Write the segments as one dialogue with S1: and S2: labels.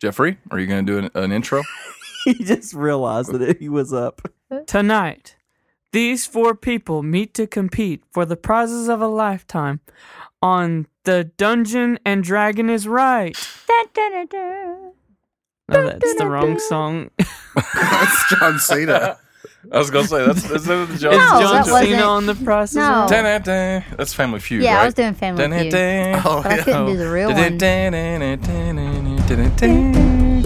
S1: Jeffrey, are you going to do an, an intro?
S2: he just realized that he was up.
S3: Tonight, these four people meet to compete for the prizes of a lifetime on The Dungeon and Dragon is Right.
S4: Dun, dun, dun, dun.
S3: No, that's the wrong song. It's
S1: that's John Cena. I was going to say, that's, that's the John
S4: No,
S3: John
S4: that
S3: Cena
S4: wasn't-
S3: on the prizes.
S4: No.
S3: of-
S1: Dun-dun-dun. That's Family Feud,
S4: Yeah,
S1: right?
S4: I was doing Family Feud.
S1: Dun-dun-dun.
S4: But I couldn't do the real one.
S1: Dun-dun-dun-dun-dun-dun-dun-dun.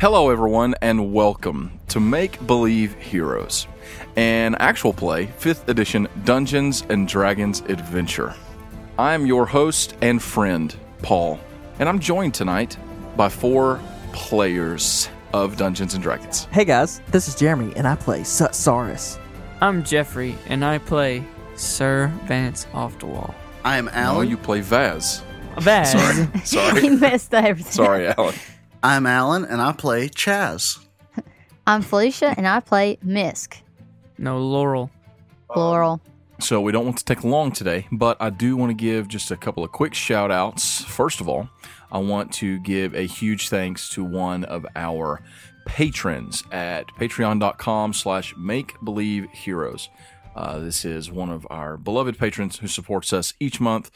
S1: Hello, everyone, and welcome to Make Believe Heroes, an actual play 5th edition Dungeons and Dragons adventure. I am your host and friend, Paul, and I'm joined tonight by four players of Dungeons and Dragons.
S2: Hey guys, this is Jeremy, and I play Saurus.
S3: I'm Jeffrey, and I play Sir Vance Off the Wall.
S5: I am
S1: Oh,
S5: Alan.
S1: you play Vaz.
S3: Vaz.
S1: Sorry.
S4: he
S1: Sorry.
S4: messed up everything.
S1: Sorry, Alan.
S5: I'm Alan, and I play Chaz.
S4: I'm Felicia, and I play Misk.
S3: No, Laurel.
S1: Um,
S4: Laurel.
S1: So we don't want to take long today, but I do want to give just a couple of quick shout outs. First of all, I want to give a huge thanks to one of our patrons at patreon.com slash make believe heroes. Uh, this is one of our beloved patrons who supports us each month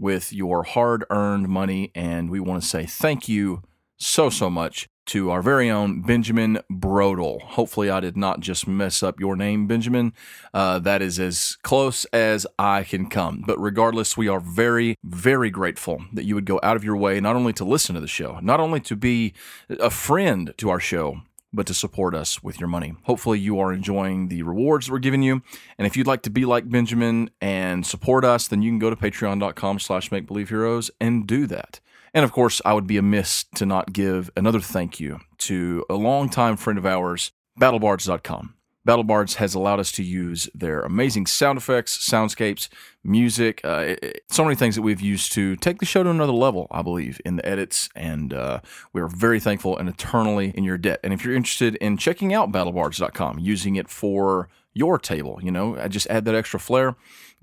S1: with your hard earned money. And we want to say thank you so, so much to our very own Benjamin Brodel. Hopefully, I did not just mess up your name, Benjamin. Uh, that is as close as I can come. But regardless, we are very, very grateful that you would go out of your way not only to listen to the show, not only to be a friend to our show, but to support us with your money. Hopefully, you are enjoying the rewards we're giving you. And if you'd like to be like Benjamin and support us, then you can go to patreon.com slash make believe heroes and do that. And of course, I would be amiss to not give another thank you to a longtime friend of ours, battlebards.com. BattleBards has allowed us to use their amazing sound effects, soundscapes, music, uh, it- it- so many things that we've used to take the show to another level, I believe, in the edits. And uh, we are very thankful and eternally in your debt. And if you're interested in checking out battlebards.com, using it for your table, you know, I just add that extra flair.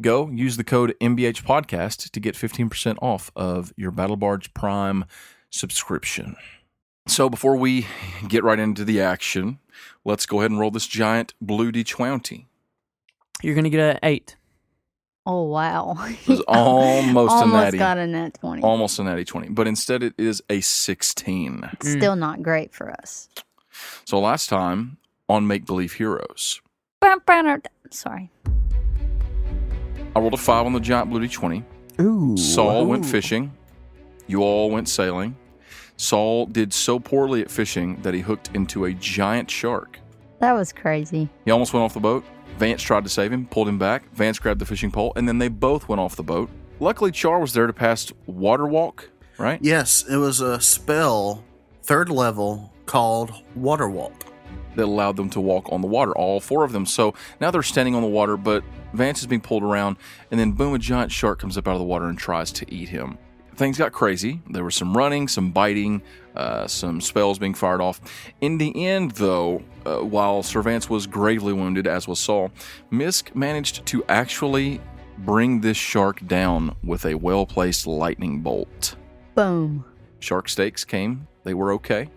S1: Go use the code MBH Podcast to get 15% off of your BattleBards Prime subscription. So before we get right into the action, let's go ahead and roll this giant blue d20.
S3: You're going to get an 8.
S4: Oh, wow.
S1: It was almost, a
S4: Almost
S1: natty,
S4: got a net 20.
S1: almost a natty 20, but instead it is a 16.
S4: It's Still not great for us.
S1: So last time on Make Believe Heroes,
S4: Bum, bum, er, Sorry.
S1: I rolled a five on the giant blue d20.
S2: Ooh.
S1: Saul went fishing. You all went sailing. Saul did so poorly at fishing that he hooked into a giant shark.
S4: That was crazy.
S1: He almost went off the boat. Vance tried to save him, pulled him back. Vance grabbed the fishing pole, and then they both went off the boat. Luckily, Char was there to pass water walk, right?
S5: Yes, it was a spell, third level, called Water Walk.
S1: That allowed them to walk on the water, all four of them. So now they're standing on the water, but Vance is being pulled around, and then boom, a giant shark comes up out of the water and tries to eat him. Things got crazy. There was some running, some biting, uh, some spells being fired off. In the end, though, uh, while Sir Vance was gravely wounded, as was Saul, Misk managed to actually bring this shark down with a well placed lightning bolt.
S4: Boom.
S1: Shark steaks came. They were okay.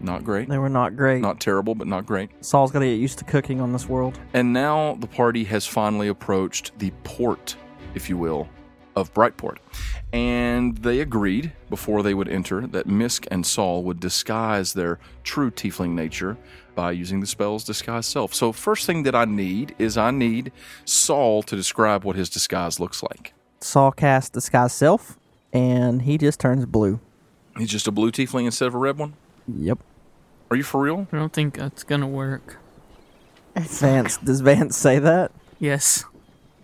S1: Not great.
S2: They were not great.
S1: Not terrible, but not great.
S2: Saul's got to get used to cooking on this world.
S1: And now the party has finally approached the port, if you will, of Brightport. And they agreed before they would enter that Misk and Saul would disguise their true tiefling nature by using the spell's disguise self. So, first thing that I need is I need Saul to describe what his disguise looks like.
S2: Saul casts disguise self, and he just turns blue.
S1: He's just a blue tiefling instead of a red one?
S2: Yep.
S1: Are you for real?
S3: I don't think that's going to work.
S4: That's
S2: Vance, does Vance say that?
S3: Yes.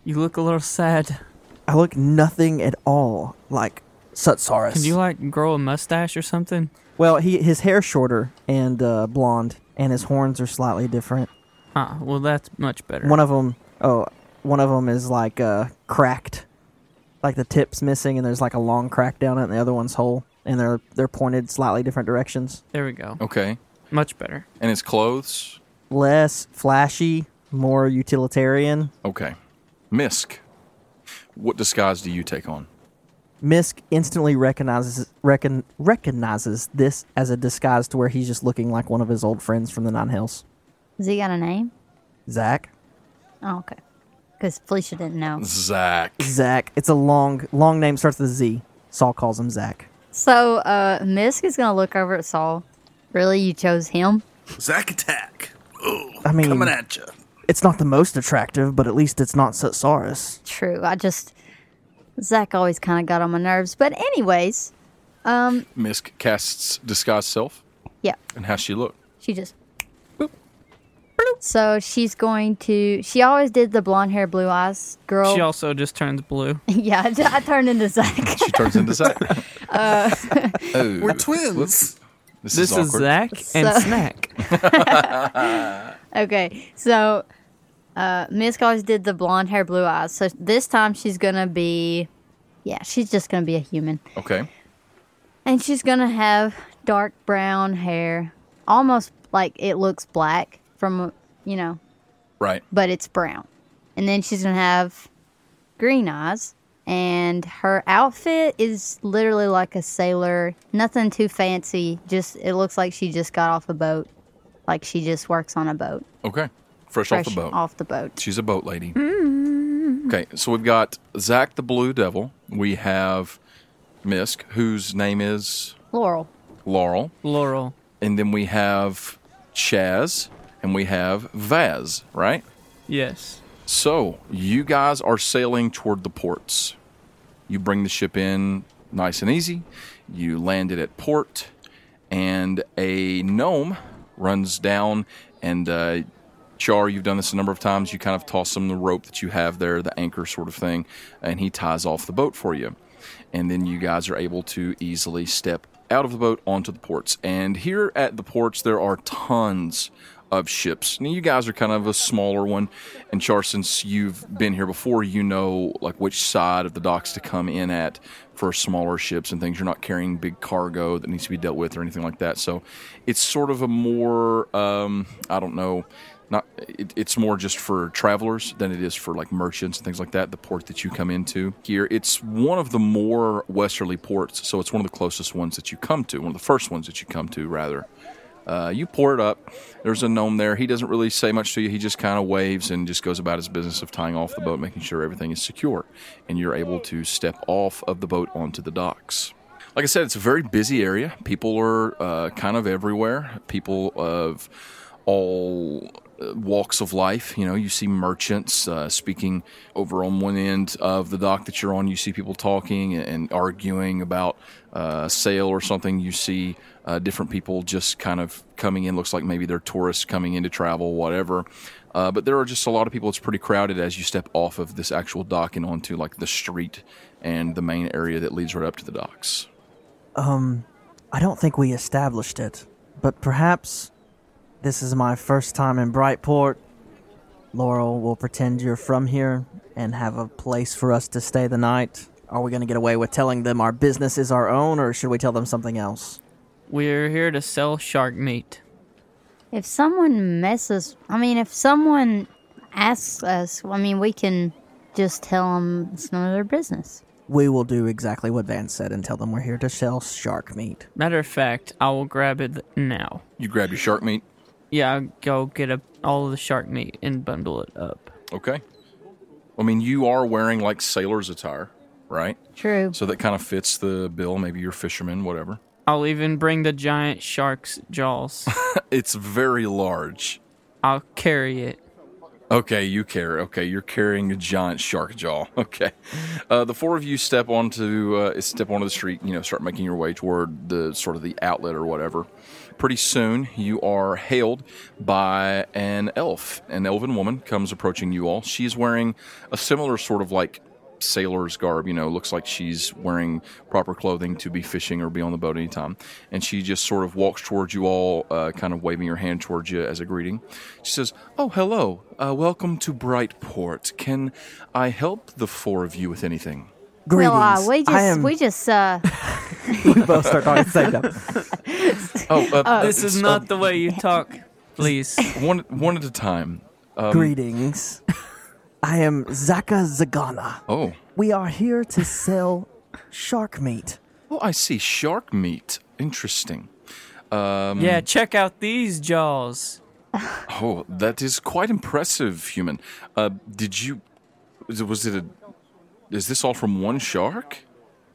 S3: You look a little sad.
S2: I look nothing at all like Saurus.
S3: Can you, like, grow a mustache or something?
S2: well, he his hair's shorter and uh, blonde, and his horns are slightly different.
S3: Ah, well, that's much better.
S2: One of them, oh, one of them is like uh, cracked, like the tip's missing and there's like a long crack down it and the other one's whole and they're they're pointed slightly different directions.
S3: There we go.
S1: Okay.
S3: Much better.
S1: And it's clothes.
S2: Less flashy, more utilitarian.
S1: Okay. Misk. What disguise do you take on?
S2: Misk instantly recognizes recon, recognizes this as a disguise to where he's just looking like one of his old friends from the Nine Hills.
S4: Has he got a name?
S2: Zach.
S4: Oh, okay. Because Felicia didn't know.
S1: Zach.
S2: Zach. It's a long long name starts with a Z. Saul calls him Zach.
S4: So, uh, Misk is going to look over at Saul. Really? You chose him?
S5: Zack attack. Ooh,
S2: I mean-
S5: coming at you.
S2: It's not the most attractive, but at least it's not Saurus.
S4: True. I just. Zach always kind of got on my nerves. But, anyways,
S1: Misk casts disguise self
S4: yeah.
S1: and how she look.
S4: She just. Bloop. So she's going to. She always did the blonde hair, blue eyes girl.
S3: She also just turns blue.
S4: yeah, I, I turned into Zach.
S1: She turns into Zach. oh,
S5: We're twins.
S1: This,
S3: This
S1: is,
S3: is
S1: awkward.
S3: Zach and
S4: So-
S3: Snack.
S4: okay, so uh, Misk always did the blonde hair, blue eyes. So this time she's gonna be. Yeah, she's just gonna be a human,
S1: Okay.
S4: and she's gonna have dark brown hair, almost like it looks black from you know
S1: Right.
S4: but it's brown. And then she's gonna have green eyes. And her outfit is literally like a sailor. Nothing too fancy. Just it looks like she just got off a boat. Like she just works on a boat.
S1: Okay. Fresh, off
S4: Fresh
S1: the boat.
S4: Off the boat.
S1: She's a boat lady. Okay, so we've got Zach the Blue Devil. We have Misk, whose name is
S4: Laurel.
S1: Laurel.
S3: Laurel.
S1: And then we have Chaz. And we have Vaz, right?
S3: Yes.
S1: So you guys are sailing toward the ports. You bring the ship in nice and easy. You land it at port, and a gnome runs down. And uh, Char, you've done this a number of times. You kind of toss him the rope that you have there, the anchor sort of thing, and he ties off the boat for you. And then you guys are able to easily step out of the boat onto the ports. And here at the ports, there are tons of ships. Now you guys are kind of a smaller one, and Char, since you've been here before, you know like which side of the docks to come in at for smaller ships and things. You're not carrying big cargo that needs to be dealt with or anything like that. So it's sort of a more um, I don't know. Not it, it's more just for travelers than it is for like merchants and things like that. The port that you come into here, it's one of the more westerly ports, so it's one of the closest ones that you come to, one of the first ones that you come to rather. Uh, you pour it up. There's a gnome there. He doesn't really say much to you. He just kind of waves and just goes about his business of tying off the boat, making sure everything is secure, and you're able to step off of the boat onto the docks. Like I said, it's a very busy area. People are uh, kind of everywhere. People of all uh, walks of life. You know, you see merchants uh, speaking over on one end of the dock that you're on. You see people talking and arguing about uh, a sale or something. You see uh, different people just kind of coming in. Looks like maybe they're tourists coming in to travel, whatever. Uh, but there are just a lot of people. It's pretty crowded as you step off of this actual dock and onto like the street and the main area that leads right up to the docks.
S2: I don't think we established it, but perhaps this is my first time in Brightport. Laurel will pretend you're from here and have a place for us to stay the night. Are we going to get away with telling them our business is our own, or should we tell them something else?
S3: We're here to sell shark meat.
S4: If someone messes, I mean, if someone asks us, I mean, we can just tell them it's none of their business.
S2: We will do exactly what Van said and tell them we're here to sell shark meat.
S3: Matter of fact, I will grab it now.
S1: You grab your shark meat.
S3: Yeah, I'll go get a, all of the shark meat and bundle it up.
S1: Okay. I mean, you are wearing like sailor's attire, right?
S4: True.
S1: So that kind of fits the bill. Maybe you're a fisherman, whatever.
S3: I'll even bring the giant shark's jaws.
S1: It's very large.
S3: I'll carry it.
S1: Okay, you carry. Okay, you're carrying a giant shark jaw. Okay, uh, the four of you step onto uh, step onto the street. You know, start making your way toward the sort of the outlet or whatever. Pretty soon, you are hailed by an elf. An elven woman comes approaching you all. She's wearing a similar sort of like sailor's garb. You know, looks like she's wearing proper clothing to be fishing or be on the boat anytime. And she just sort of walks towards you all, uh, kind of waving her hand towards you as a greeting. She says, "Oh, hello. Uh, welcome to Brightport. Can I help the four of you with anything?"
S4: Well,
S2: Greetings.
S4: uh, we just
S2: I am,
S4: we just uh,
S2: we both start talking at the same time.
S1: Oh, uh,
S3: This is
S1: uh,
S3: not the way you talk, please.
S1: one one at a time. Um,
S2: Greetings. I am Zaka Zagana.
S1: Oh,
S2: We are here to sell shark meat.
S1: oh, I see. Shark meat. Interesting.
S3: Yeah, check out these jaws.
S1: Oh, that is quite impressive, human. Uh, did you? was it- Was it a? Is this all from one shark?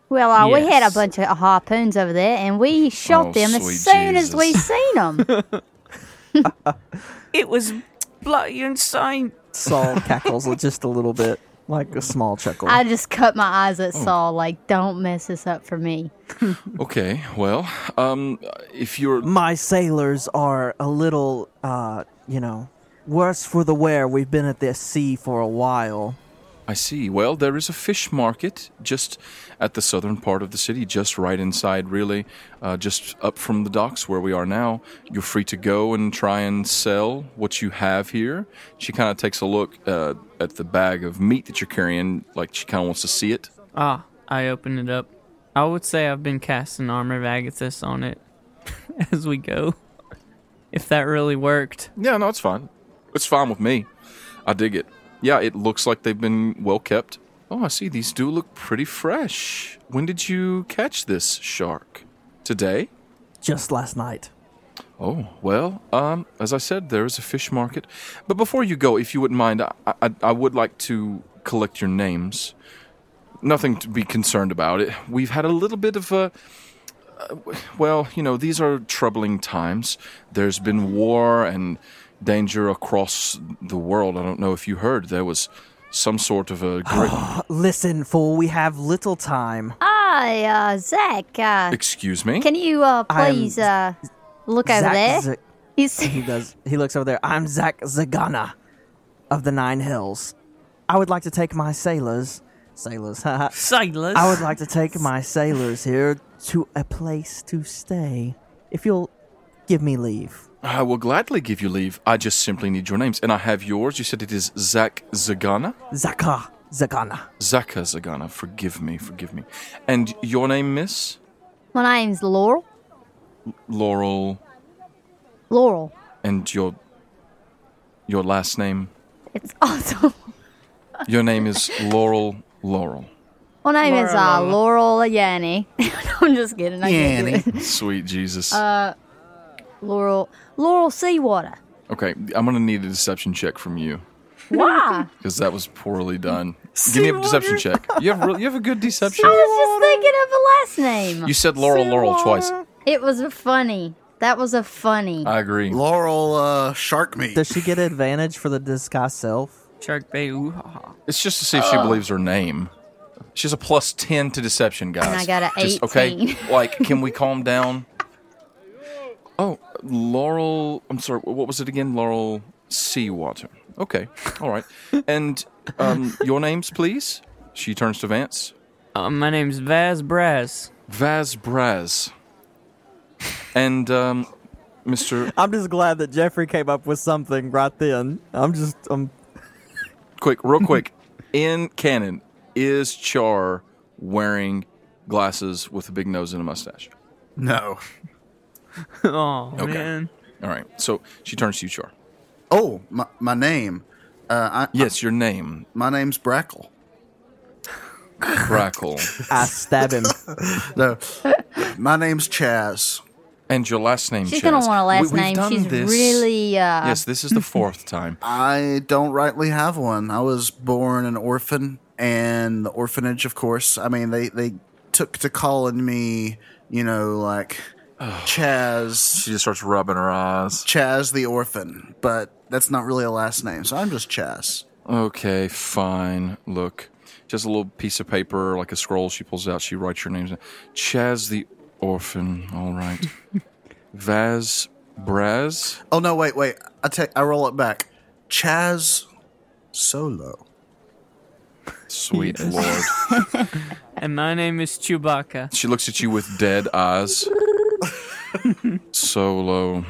S4: well, uh, we had
S3: Yes.
S4: a bunch of harpoons over there, and we shot
S1: Oh,
S4: them as
S1: sweet
S4: soon as we
S1: Jesus.
S4: seen them.
S3: It was bloody insane.
S2: Saul cackles just a little bit, like a small chuckle.
S4: I just cut my eyes at
S1: Oh.
S4: Saul, like, don't mess this up for me.
S1: Okay. Well, um, if you're
S2: My sailors are a little, uh, you know, worse for the wear. We've been at this sea for a while.
S1: I see. Well, there is a fish market just at the southern part of the city, just right inside, really, uh, just up from the docks where we are now. You're free to go and try and sell what you have here. She kind of takes a look uh, at the bag of meat that you're carrying, like she kind of wants to see it.
S3: Ah, I opened it up. I would say I've been casting Armor of Agathis on it as we go. If that really worked.
S1: Yeah, no, it's fine. It's fine with me. I dig it. Yeah, it looks like they've been well kept. Oh, I see. These do look pretty fresh. When did you catch this shark? Today?
S2: Just last night.
S1: Oh, well, um, as I said, there is a fish market. But before you go, if you wouldn't mind, I, I, I would like to collect your names. Nothing to be concerned about. It. We've had a little bit of a. uh, Well, you know, these are troubling times. There's been war and danger across the world. I don't know if you heard. There was some sort of a great.
S2: Uh, Listen, fool, we have little time.
S4: Hi, uh, Zach, uh,
S1: Excuse me?
S4: can you, uh,
S2: I'm
S4: please, uh, look over
S2: Zack
S4: there?
S2: Z-
S4: He's,
S2: he does. He looks over there. I'm Zach Zagana of the Nine Hills. I would like to take my sailors, sailors, haha,
S3: Silas!
S2: I would like to take my sailors here to a place to stay. If you'll give me leave.
S1: I will gladly give you leave. I just simply need your names. And I have yours. You said it is Zach Zagana?
S2: Zaka, Zakana.
S1: Zaka Zagana, forgive me, forgive me. And your name, Miss
S4: my name's Laurel.
S1: Laurel,
S4: Laurel.
S1: and your your last name.
S4: It's awesome.
S1: Your name is Laurel Laurel.
S4: My name is, uh, Laurel Yanni. I'm just kidding. I can't do
S5: Yanni.
S4: it.
S1: Sweet Jesus.
S4: Laurel, Laurel Seawater.
S1: okay, I'm gonna need a deception check from you
S4: Why?
S1: because that was poorly done. Give me a deception check. You have real you have a good deception.
S4: I was just thinking of a last name.
S1: You said Laurel Laurel twice.
S4: It was a funny. That was a funny.
S1: I agree.
S5: Laurel uh, shark meat.
S2: Does she get advantage for the disguise self?
S3: Shark bait. Ooh, ha, ha.
S1: It's just to see if she
S4: Uh.
S1: believes her name. She has a plus ten to deception, guys.
S4: I got a
S1: Just, okay,
S4: 18.
S1: like, can we calm down? Oh, Laurel. I'm sorry. What was it again? Laurel Seawater. Okay, all right. And um, your names, please. She turns to Vance.
S3: Uh, my name's Vaz Braz.
S1: Vaz Braz. And um, Mr.
S2: I'm just glad that Jeffrey came up with something right then. I'm just um
S1: Quick, real quick. In canon, is Char wearing glasses with a big nose and a mustache?
S5: no.
S3: Oh,
S1: Okay.
S3: man.
S1: All right. So she turns to you, Char.
S5: Oh, my, my name. Uh, I,
S1: Yes, your name,
S5: my name's Brackle.
S1: Brackle,
S2: I stab him.
S5: No, my name's Chaz.
S1: and your last name.
S4: She's gonna
S1: Chaz.
S4: want a
S1: We-
S4: last
S1: we've
S4: name.
S1: done
S4: She's
S1: this-
S4: really uh
S1: Yes, this is the fourth time.
S5: I don't rightly have one. I was born an orphan, and the orphanage, of course. I mean, they they took to calling me, you know, like Chaz,
S1: She just starts rubbing her eyes.
S5: Chaz the orphan. But that's not really a last name, so I'm just Chaz.
S1: Okay, fine. Look, just a little piece of paper, like a scroll. She pulls out. She writes your names. down. Chaz the orphan. All right. Vaz Braz.
S5: Oh no, wait, wait. I take I roll it back. Chaz Solo.
S1: Sweet lord.
S3: And my name is Chewbacca.
S1: She looks at you with dead eyes. Solo.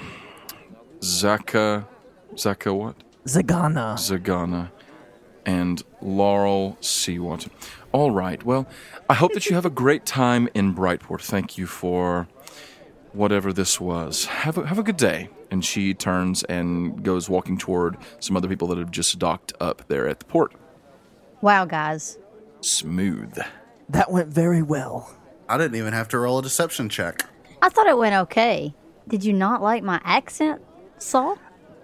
S1: Zaka. Zaka what?
S2: Zagana.
S1: Zagana, and Laurel Seawater. All right. Well, I hope that you have a great time in Brightport. Thank you for whatever this was. Have a, have a good day. And she turns and goes walking toward some other people that have just docked up there at the port.
S4: Wow, guys.
S1: Smooth.
S2: That went very well.
S5: I didn't even have to roll a deception check.
S4: I thought it went okay. Did you not like my accent, Saul?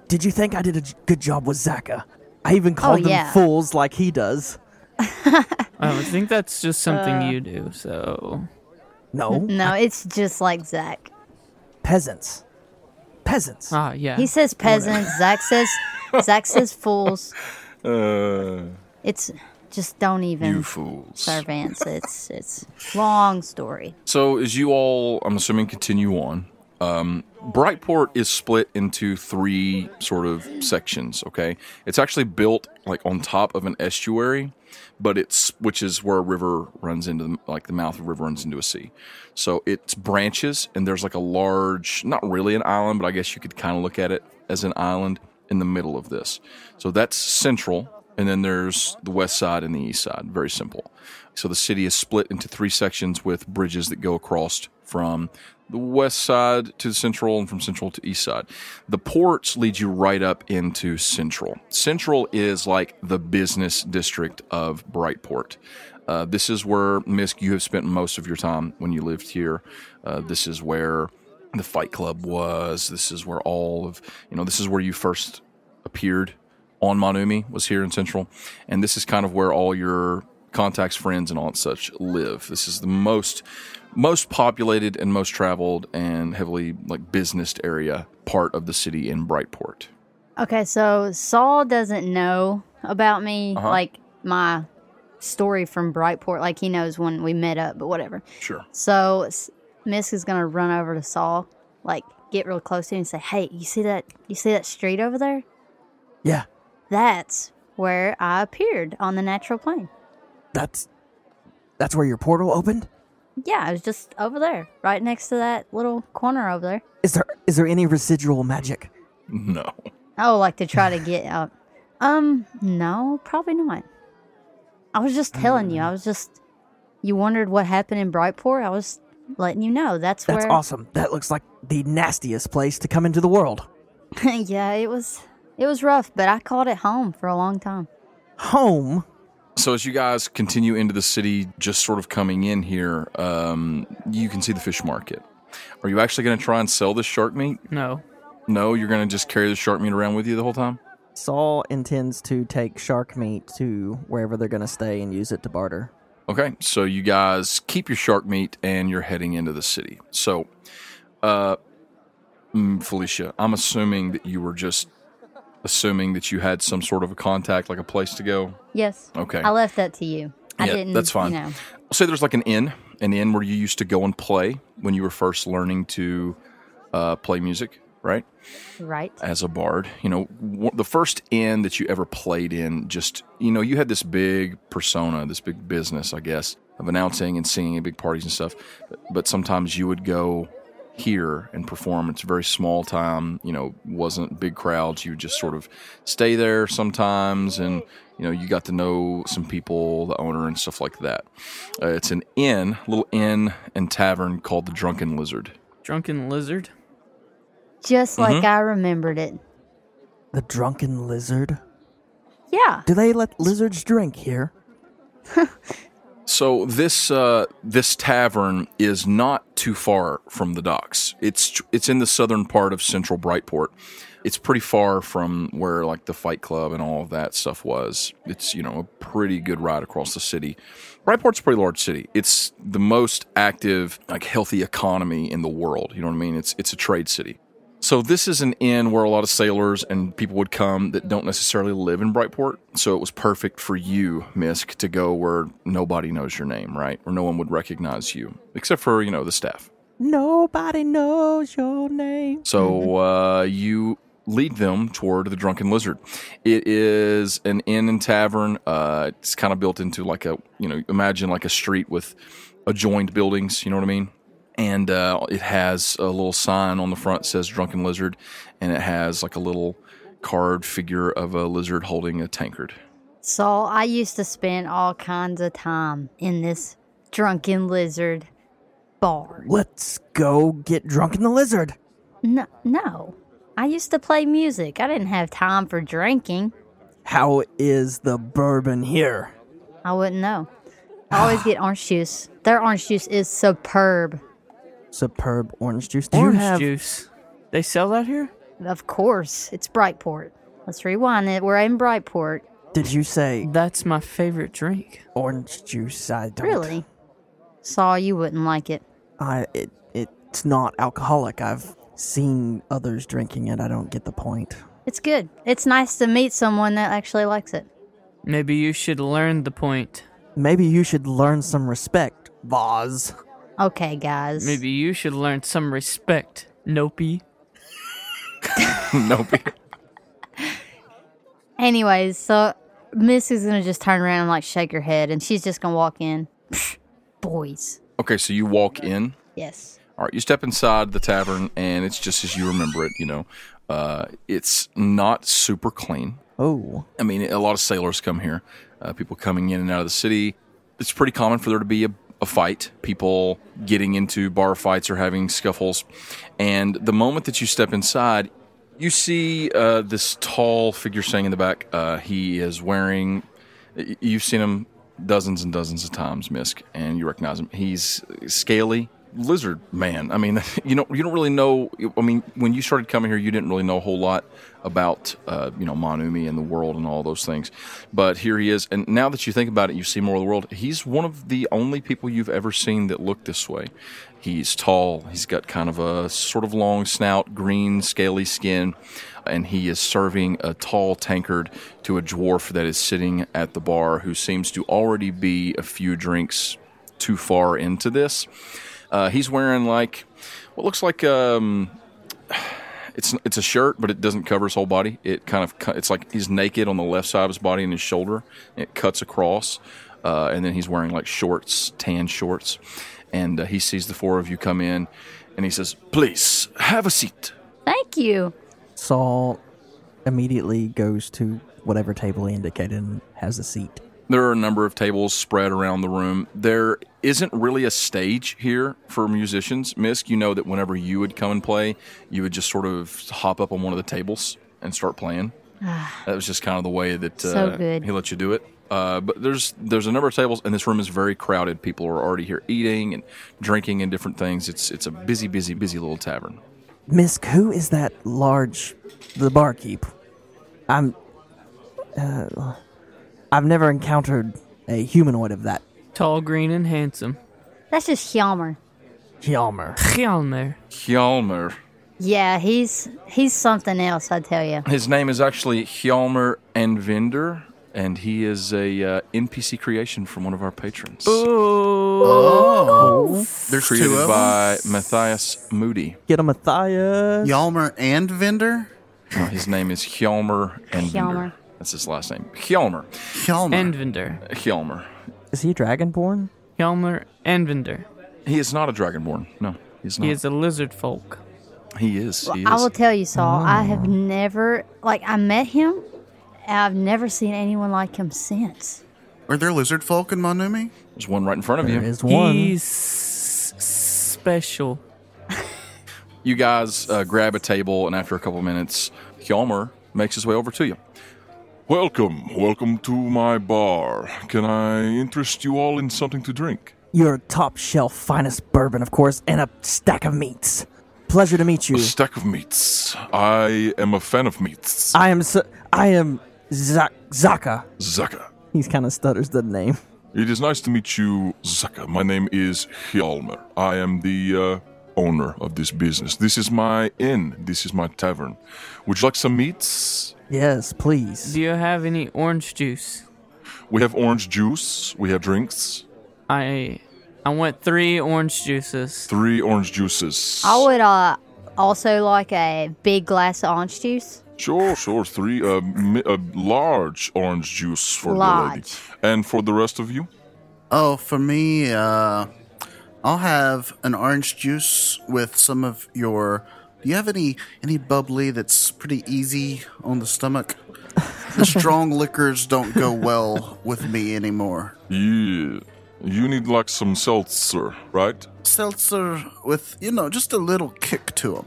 S2: Did you think I did a j- good job with Zaka? I even called them
S4: Oh, yeah.
S2: fools like he does.
S3: I would think that's just something you do. So
S2: No,
S4: No, it's just like Zach.
S2: peasants. Peasants.
S3: ah yeah.
S4: He says peasants. Zach says Zach says fools.
S1: Uh,
S4: It's just don't
S1: you
S4: even
S1: fools.
S4: servants. It's it's long story.
S1: So, as you all, I'm assuming, continue on, um, Brightport is split into three sort of sections. Okay, it's actually built like on top of an estuary, but it's which is where a river runs into the, like the mouth of a river runs into a sea. So it's branches, and there's like a large, not really an island, but I guess you could kind of look at it as an island in the middle of this. So that's central. And then there's the west side and the east side. Very simple. So the city is split into three sections with bridges that go across from the west side to the central and from central to east side. The ports lead you right up into central. Central is like the business district of Brightport. Uh, this is where, Misk, you have spent most of your time when you lived here. Uh, this is where the Fight Club was. This is where all of, you know, this is where you first appeared on Monumi was here in Central, and this is kind of where all your contacts, friends, and all and such live. This is the most most populated and most traveled and heavily like business area part of the city in Brightport.
S4: Okay, so Saul doesn't know about me,
S1: Uh-huh.
S4: like my story from Brightport. Like he knows when we met up, but whatever.
S1: Sure.
S4: So S- Misk is gonna run over to Saul, like get real close to him and say, "Hey, you see that? You see that street over there?
S2: Yeah,
S4: That's where I appeared on the natural plane.
S2: that's that's where your portal opened.
S4: Yeah, I was just over there, right next to that little corner over there.
S2: Is there is there any residual magic?
S1: No.
S4: Oh, like to try to get out. Um, no, probably not. I was just telling
S2: Mm.
S4: you. I was just. You wondered what happened in Brightport. I was letting you know. That's,
S2: That's
S4: where.
S2: awesome. That looks like the nastiest place to come into the world.
S4: yeah, it was. It was rough, but I called it home for a long time.
S2: Home.
S1: So as you guys continue into the city, just sort of coming in here, um, you can see the fish market. Are you actually going to try and sell this shark meat?
S3: no.
S1: No, you're going to just carry the shark meat around with you the whole time.
S2: Saul intends to take shark meat to wherever they're going to stay and use it to barter.
S1: Okay, so you guys keep your shark meat and you're heading into the city. So, uh, mm, Felicia, I'm assuming that you were just assuming that you had some sort of a contact, like a place to go.
S4: Yes.
S1: Okay.
S4: I left that to you. I
S1: Yeah,
S4: didn't.
S1: that's fine.
S4: You know.
S1: I'll say there's like an inn, an inn where you used to go and play when you were first learning to uh, play music, right?
S4: Right.
S1: as a bard. You know, w- the first inn that you ever played in, just, you know, you had this big persona, this big business, I guess, of announcing and singing at big parties and stuff. But, but sometimes you would go here and perform. It's a very small time, you know, wasn't big crowds. You would just sort of stay there sometimes and, you know, you got to know some people, the owner, and stuff like that. Uh, it's an inn, little inn and tavern called the Drunken Lizard.
S3: Drunken lizard.
S4: Just
S1: Mm-hmm.
S4: like I remembered it.
S2: The drunken lizard.
S4: Yeah.
S2: Do they let lizards drink here?
S1: So this uh, this tavern is not too far from the docks. It's it's in the southern part of Central Brightport. It's pretty far from where like the Fight Club and all of that stuff was. It's you know a pretty good ride across the city. Brightport's a pretty large city. It's the most active like healthy economy in the world. You know what I mean? It's it's a trade city. So this is an inn where a lot of sailors and people would come that don't necessarily live in Brightport. So it was perfect for you, Misk, to go where nobody knows your name, right? Where no one would recognize you, except for you know the staff.
S2: Nobody knows your name.
S1: So uh, you lead them toward the Drunken Lizard. It is an inn and tavern. Uh, it's kind of built into like a you know imagine like a street with adjoined buildings. You know what I mean? And uh, it has a little sign on the front that says Drunken Lizard, and it has like a little card figure of a lizard holding a tankard.
S4: So I used to spend all kinds of time in this drunken lizard bar.
S2: Let's go get drunk in the lizard.
S4: No, no. I used to play music. I didn't have time for drinking.
S2: How is the bourbon here?
S4: I wouldn't know. I always get orange juice. Their orange juice is superb.
S2: Superb orange juice. Do
S3: Orange
S2: you have
S3: juice. They sell that here?
S4: Of course, it's Brightport. Let's rewind it. We're in Brightport.
S2: Did you say
S3: That's my favorite drink.
S2: orange juice? I don't.
S4: Really? Saw you wouldn't like it.
S2: I it it's not alcoholic. I've seen others drinking it. I don't get the point.
S4: It's good. It's nice to meet someone that actually likes it.
S3: Maybe you should learn the point.
S2: Maybe you should learn some respect, Vaz.
S4: Okay, guys.
S3: Maybe you should learn some respect, Nopey.
S1: nope.
S4: Anyways, so Missy's gonna just turn around and like shake her head, and she's just gonna walk in. Psh, boys.
S1: Okay, so you walk in.
S4: Yes.
S1: All right, you step inside the tavern, and it's just as you remember it. You know, uh, it's not super clean.
S2: Oh,
S1: I mean, a lot of sailors come here, uh, people coming in and out of the city. It's pretty common for there to be a, a fight, people getting into bar fights or having scuffles. And the moment that you step inside, you see uh, this tall figure standing in the back. Uh, he is wearing, y- you've seen him dozens and dozens of times, Misk, and you recognize him. He's scaly. Lizard man. I mean, you don't you don't really know. I mean, when you started coming here, you didn't really know a whole lot about uh, you know Manumi and the world and all those things. But here he is, and now that you think about it, you see more of the world. He's one of the only people you've ever seen that look this way. He's tall. He's got kind of a sort of long snout, green, scaly skin, and he is serving a tall tankard to a dwarf that is sitting at the bar, who seems to already be a few drinks too far into this. Uh, he's wearing like what looks like um, it's it's a shirt, but it doesn't cover his whole body. It kind of cu- it's like he's naked on the left side of his body and his shoulder. And it cuts across, uh, and then he's wearing like shorts, tan shorts. And uh, he sees the four of you come in, and he says, "Please have a seat."
S4: Thank you.
S2: Saul immediately goes to whatever table he indicated and has a seat.
S1: There are a number of tables spread around the room. There isn't really a stage here for musicians. Misk, you know that whenever you would come and play, you would just sort of hop up on one of the tables and start playing. that was just kind of the way that uh,
S4: Ah. So good.
S1: he let you do it. Uh, but there's there's a number of tables, and this room is very crowded. People are already here eating and drinking and different things. It's it's a busy, busy, busy little tavern.
S2: Misk, who is that large, the barkeep? I'm. Uh, I've never encountered a humanoid of that.
S3: Tall, green, and handsome.
S4: That's just Hjalmar.
S2: Hjalmar.
S3: Hjalmar.
S1: Hjalmar.
S4: Yeah, he's he's something else. I tell you.
S1: His name is actually Hjalmar Anvinder, and he is a uh, NPC creation from one of our patrons.
S5: Oh, there's
S1: created
S5: two of them.
S1: by Matthias Moody.
S2: Get a Matthias.
S5: Yalmer and Vendor.
S1: No, Uh, his name is Hjalmar Anvinder.
S4: Hjalmar.
S1: That's his last name. Hjalmar.
S5: Yalmer.
S3: Envender.
S1: Hjalmar.
S2: Is he dragonborn?
S3: Hjalmar Envender.
S1: He is not a dragonborn. No, he's not.
S3: He is a lizard folk.
S1: He is. he
S4: I
S1: is. Oh.
S4: will tell you, Saul. I have never like I met him. and I've never seen anyone like him since.
S5: Are there lizard folk in Monumi?
S1: There's one right in front of
S2: There
S1: you.
S2: is one.
S3: He's special.
S1: You guys uh, grab a table, and after a couple minutes, Hjalmar makes his way over to you.
S6: Welcome, welcome to my bar. Can I interest you all in something to drink?
S2: Your top shelf finest bourbon, of course, and a stack of meats. Pleasure to meet you.
S6: A stack of meats. I am a fan of meats.
S2: I am. S- I am Za- Zaka.
S6: Zaka.
S2: He's kind of stutters the name.
S6: It is nice to meet you, Zaka. My name is Hjalmar. I am the uh, owner of this business. This is my inn. This is my tavern. Would you like some meats?
S2: Yes, please.
S3: Do you have any orange juice?
S6: We have orange juice. We have drinks.
S3: I I want three orange juices.
S6: Three orange juices.
S4: I would uh also like a big glass of orange juice.
S6: Sure, sure. Three, uh, mi- a large orange juice for the lady.
S4: Large.
S6: And for the rest of you?
S5: Oh, for me, uh, I'll have an orange juice with some of your. Do you have any any bubbly that's pretty easy on the stomach? strong liquors don't go well with me anymore.
S6: Yeah. You need like some seltzer, right?
S5: Seltzer with, you know, just a little kick to them.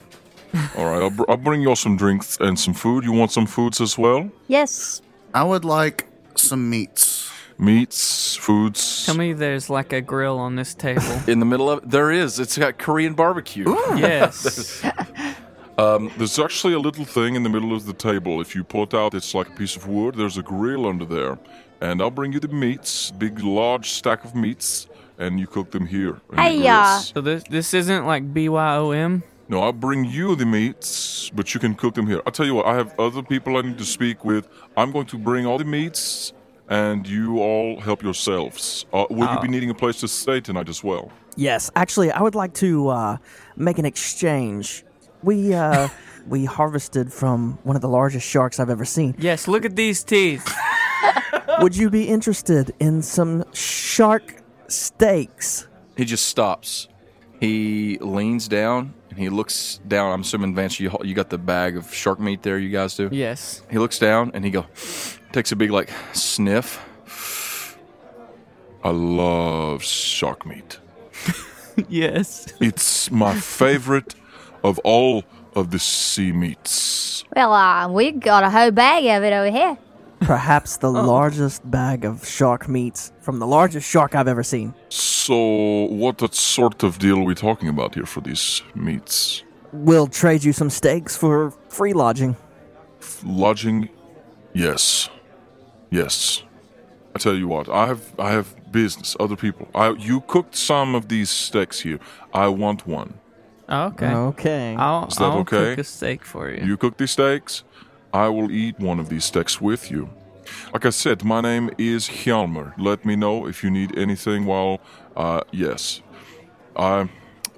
S6: All right, I'll, br- I'll bring you some drinks and some food. You want some foods as well?
S4: Yes.
S5: I would like some meats.
S6: Meats, foods.
S3: Tell me there's like a grill on this table.
S1: In the middle of there is. It's got Korean barbecue.
S3: yes.
S6: There's actually a little thing in the middle of the table. If you pull it out, it's like a piece of wood. There's a grill under there. And I'll bring you the meats, big, large stack of meats, and you cook them here. in the
S4: Hey, y'all.
S6: grills.
S3: So this this isn't like BYOM.
S6: No, I'll bring you the meats, but you can cook them here. I'll tell you what, I have other people I need to speak with. I'm going to bring all the meats, and you all help yourselves. Uh, will
S3: Ah.
S6: you be needing a place to stay tonight as well?
S2: Yes, actually, I would like to uh, make an exchange. We uh, we harvested from one of the largest sharks I've ever seen.
S3: Yes, look at these teeth.
S2: Would you be interested in some shark steaks?
S1: He just stops. He leans down and he looks down. I'm assuming Vance, you you got the bag of shark meat there. You guys do.
S3: Yes.
S1: He looks down and he go takes a big like sniff.
S6: I love shark meat.
S3: yes.
S6: It's my favorite of all of the sea meats.
S4: Well, uh, we got a whole bag of it over here.
S2: Perhaps the largest bag of shark meats from the largest shark I've ever seen.
S6: So, what sort of deal are we talking about here for these meats?
S2: We'll trade you some steaks for free lodging.
S6: Lodging? Yes. Yes. I tell you what, I have I have business, other people. I you cooked some of these steaks here. I want one.
S3: Okay.
S2: Okay.
S3: I'll,
S6: Is that
S3: I'll
S6: okay?
S3: cook a steak for you.
S6: You cook these steaks, I will eat one of these steaks with you. Like I said, my name is Hjalmar. Let me know if you need anything while uh yes. I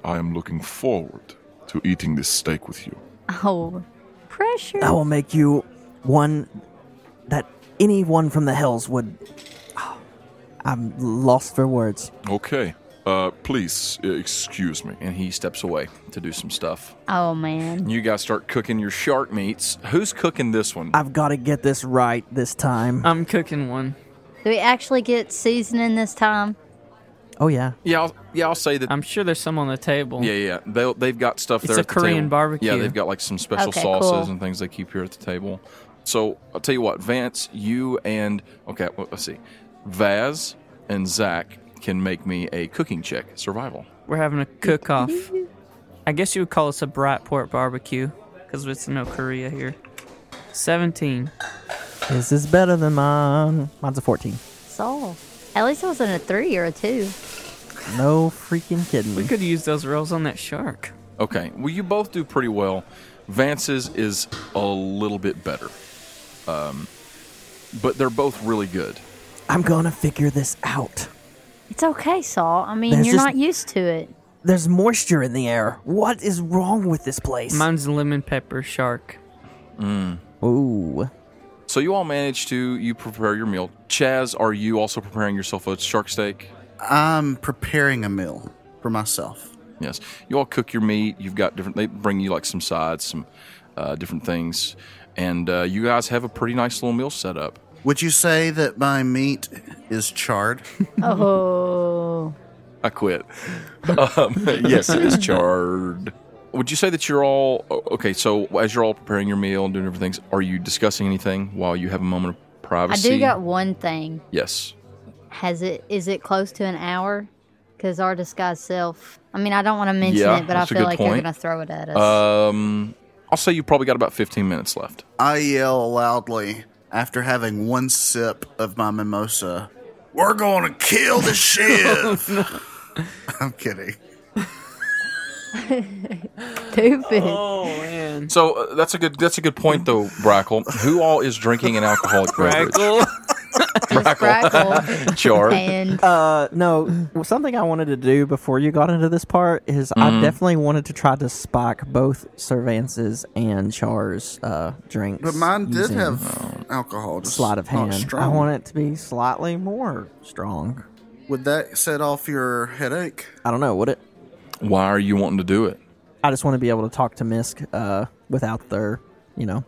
S6: I am looking forward to eating this steak with you.
S4: Oh, pressure.
S1: Oh.
S2: I will make you one that anyone from the hills would. I'm lost for words.
S6: Okay. Uh please uh, excuse me.
S1: And he steps away to do some stuff.
S4: Oh, man.
S1: You guys start cooking your shark meats. Who's cooking this one?
S2: I've got to get this right this time.
S3: I'm cooking one.
S4: Do we actually get seasoning this time?
S2: Oh yeah,
S1: yeah, I'll, yeah. I'll say that.
S3: I'm sure there's some on the table.
S1: yeah, yeah. They they've got stuff
S3: It's
S1: there.
S3: a
S1: at the
S3: Korean
S1: table.
S3: barbecue.
S1: Yeah, they've got like some special
S4: Okay,
S1: sauces
S4: cool.
S1: and things they keep here at the table. So I'll tell you what, Vance, you and okay, well, let's see, Vaz and Zach can make me a cooking check, survival.
S3: We're having a cook off. I guess you would call us a Brightport barbecue because it's no Korea here. 17.
S2: this is better than mine. Mine's a fourteen.
S4: Soul. At least it wasn't a three or a two.
S2: No freaking kidding.
S3: We could use those rolls on that shark.
S1: Okay. Well, you both do pretty well. Vance's is a little bit better, um, but they're both really good.
S2: I'm gonna figure this out.
S4: It's okay, Saul. I mean,
S2: There's
S4: you're
S2: just-
S4: not used to it.
S2: There's moisture in the air. What is wrong with this place?
S3: Mine's lemon pepper shark.
S2: Ooh,
S1: So you all manage to you prepare your meal. Chaz, are you also preparing yourself a shark steak?
S5: I'm preparing a meal for myself.
S1: Yes. You all cook your meat. You've got different. They bring you like some sides, some uh, different things, and uh, you guys have a pretty nice little meal set up.
S5: Would you say that my meat is charred?
S4: Oh.
S1: I quit. um, yes, it is charred. Would you say that you're all o- okay? So as you're all preparing your meal and doing different things, are you discussing anything while you have a moment of
S4: I
S1: privacy?
S4: do got one thing.
S1: Yes.
S4: Has it? Is it close to an hour? Because our disguised self. I mean, I don't want to mention
S1: Yeah,
S4: it, but I
S1: that's a
S4: feel
S1: good
S4: like they're
S1: point.
S4: gonna throw it at us.
S1: Um, I'll say you probably got about 15 minutes left.
S5: I yell loudly after having one sip of my mimosa. We're going to kill the shiv. I'm kidding.
S4: Stupid.
S3: Oh, man.
S1: So uh, that's a good that's a good point though, Brackle. Who all is drinking an alcoholic beverage?
S3: Brackle.
S4: Just crackle.
S1: Char.
S4: and
S2: Uh, no. Well, something I wanted to do before you got into this part is I definitely wanted to try to spike both Servance's and Char's uh, drinks.
S5: But mine did
S2: using
S5: have alcohol. Just
S2: Oh. sleight of
S5: not
S2: hand. I
S5: strong.
S2: want it to be slightly more strong.
S5: Would that set off your headache?
S2: I don't know. Would it?
S1: Why are you wanting to do it?
S2: I just want to be able to talk to Misk uh, without their, you know,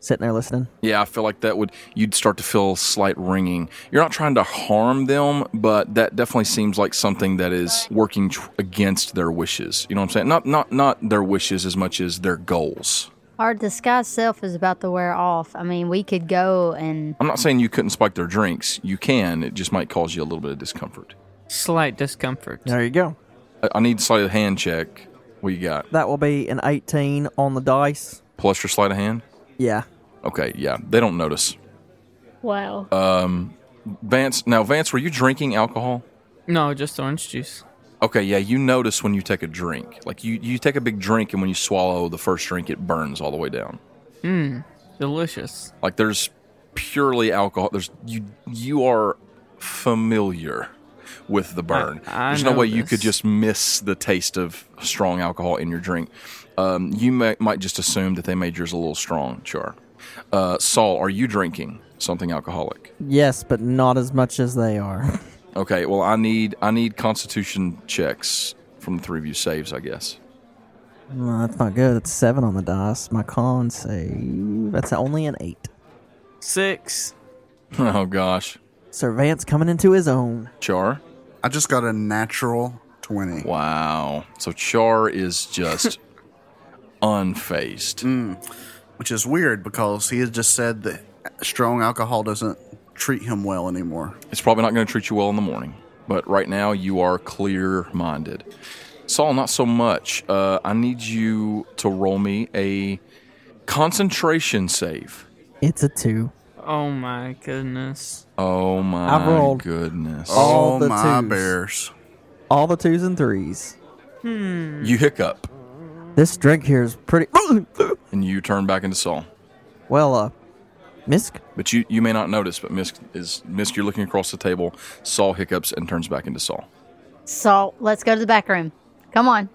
S2: sitting there listening.
S1: Yeah, I feel like that would you'd start to feel slight ringing. You're not trying to harm them, but that definitely seems like something that is working tr- against their wishes. You know what I'm saying? Not not not their wishes as much as their goals.
S4: Our disguise self is about to wear off. I mean, we could go and
S1: I'm not saying you couldn't spike their drinks. You can. It just might cause you a little bit of discomfort.
S3: Slight discomfort.
S2: There you go.
S1: I, I need sleight of hand check. What you got?
S2: That will be an 18 on the dice.
S1: Plus your sleight of hand.
S2: Yeah.
S1: Okay, yeah, they don't notice. Um,
S4: wow.
S1: Vance, now Vance, were you drinking alcohol?
S3: No, just orange juice.
S1: Okay, yeah, you notice when you take a drink. Like you, you take a big drink, and when you swallow the first drink, it burns all the way down.
S3: Delicious.
S1: Like there's purely alcohol. There's you, you are familiar with the burn.
S3: I
S1: there's no
S3: know
S1: way you could
S3: this.
S1: just miss the taste of strong alcohol in your drink. Um, you may, might just assume that they made yours a little strong, Char. Uh, Saul, are you drinking something alcoholic?
S2: Yes, but not as much as they are.
S1: Okay, well, I need I need Constitution checks from the three of you saves, I guess.
S2: Well, that's not good. That's seven on the dice. My con save. That's only an eight.
S3: Six.
S1: Oh gosh,
S2: Sir Vance coming into his own.
S1: Char!
S5: I just got a natural 20.
S1: Wow, so Char is just unfazed.
S5: which is weird because he has just said that strong alcohol doesn't treat him well anymore.
S1: It's probably not going to treat you well in the morning, but right now you are clear-minded. Saul, not so much. Uh, I need you to roll me a concentration save.
S2: It's a two.
S3: Oh my goodness.
S1: Oh my
S2: rolled.
S1: goodness!
S2: All
S5: oh
S2: the
S5: my
S2: twos.
S5: bears.
S2: All the twos and threes.
S1: You hiccup
S2: This drink here is pretty.
S1: and you turn back into Saul.
S2: well, uh, Misk,
S1: But you, you may not notice, but Misk is Misk. You're looking across the table. Saul hiccups and turns back into Saul.
S4: so let's go to the back room. Come on.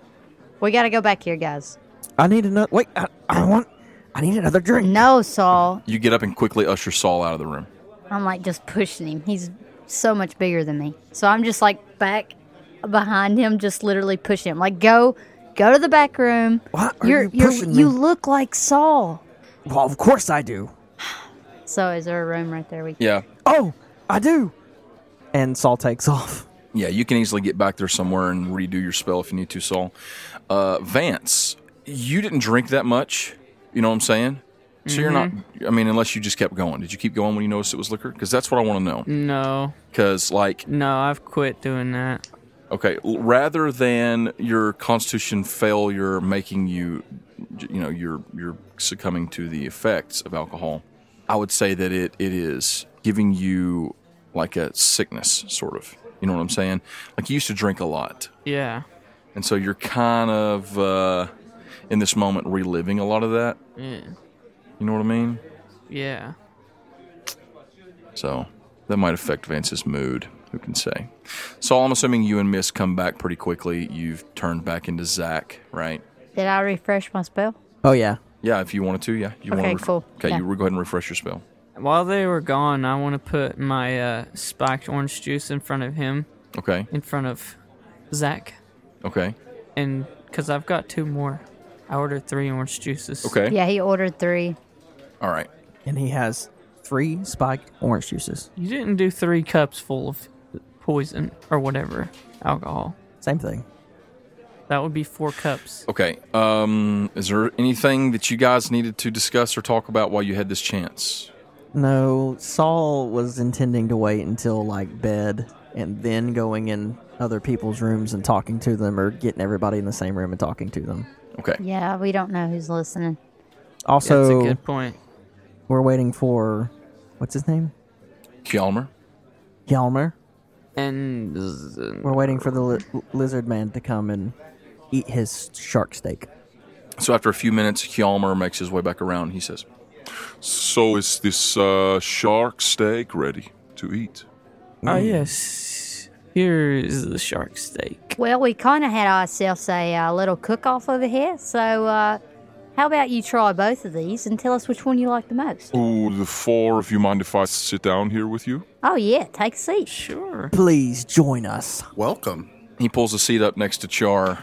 S4: We got to go back here, guys.
S2: I need another. Wait, I, I want. I need another drink.
S4: No, Saul.
S1: You get up and quickly usher Saul out of the room.
S4: I'm like just pushing him. He's so much bigger than me. So I'm just like back behind him, just literally pushing him. Like, go, go to the back room.
S2: Why are
S4: You're,
S2: you
S4: you're-
S2: pushing me?
S4: you look like Saul.
S2: Well, of course I do.
S4: So is there a room right there? We
S1: Yeah,
S2: Oh, I do. And Saul takes off.
S1: yeah. You can easily get back there somewhere and redo your spell if you need to, Saul. Uh, Vance, you didn't drink that much. You know what I'm saying? So you're not. I mean, unless you just kept going. Did you keep going when you noticed it was liquor? Because that's what I want to
S3: Mm.
S1: know.
S3: No.
S1: Because like,
S3: No, I've quit doing that.
S1: okay, l- rather than your Constitution failure making you, you know, you're you're succumbing to the effects of alcohol, I would say that it it is giving you like a sickness, sort of. You know what I'm saying? Like you used to drink a lot,
S3: Yeah.
S1: and so you're kind of uh, in this moment reliving a lot of that.
S3: Yeah.
S1: You know what I mean?
S3: Yeah.
S1: So that might affect Vance's mood. Who can say? So I'm assuming you and Miss come back pretty quickly. You've turned back into Zach, right?
S4: Did I refresh my spell?
S2: Oh yeah.
S1: Yeah, if you wanted to, yeah. You wanna
S4: Okay, cool.
S1: Okay,
S4: Yeah.
S1: you re- go ahead and refresh your spell.
S3: While they were gone, I want to put my uh, spiked orange juice in front of him,
S1: Okay,
S3: in front of Zach,
S1: okay,
S3: and because I've got two more, I ordered three orange juices.
S1: okay.
S4: Yeah, he ordered three.
S1: All right.
S2: And he has three spiked orange juices.
S3: You didn't do three cups full of poison or whatever alcohol.
S2: Same thing.
S3: That would be four cups.
S1: Okay. Um, is there anything that you guys needed to discuss or talk about while you had this chance?
S2: No, Saul was intending to wait until like bed and then going in other people's rooms and talking to them or getting everybody in the same room and talking to them.
S1: Okay.
S4: Yeah, we don't know who's listening.
S3: That's a
S2: Also,
S3: good point.
S2: we're waiting for what's his name?
S1: Kjalmer?
S2: Yalmer.
S3: And
S2: We're waiting for the li- lizard man to come and eat his shark steak.
S1: So after a few minutes, Kjalmer makes his way back around. He says,
S6: So is this uh, shark steak ready to eat?
S3: oh yes, here is the shark steak.
S4: Well, we kind of had ourselves a uh, little cook off over here. So uh, how about you try both of these and tell us which one you like the most?
S6: Ooh, the four of you mind if I sit down here with you?
S4: Oh, yeah, take a seat.
S3: Sure.
S2: Please join us.
S5: Welcome.
S1: He pulls a seat up next to Char.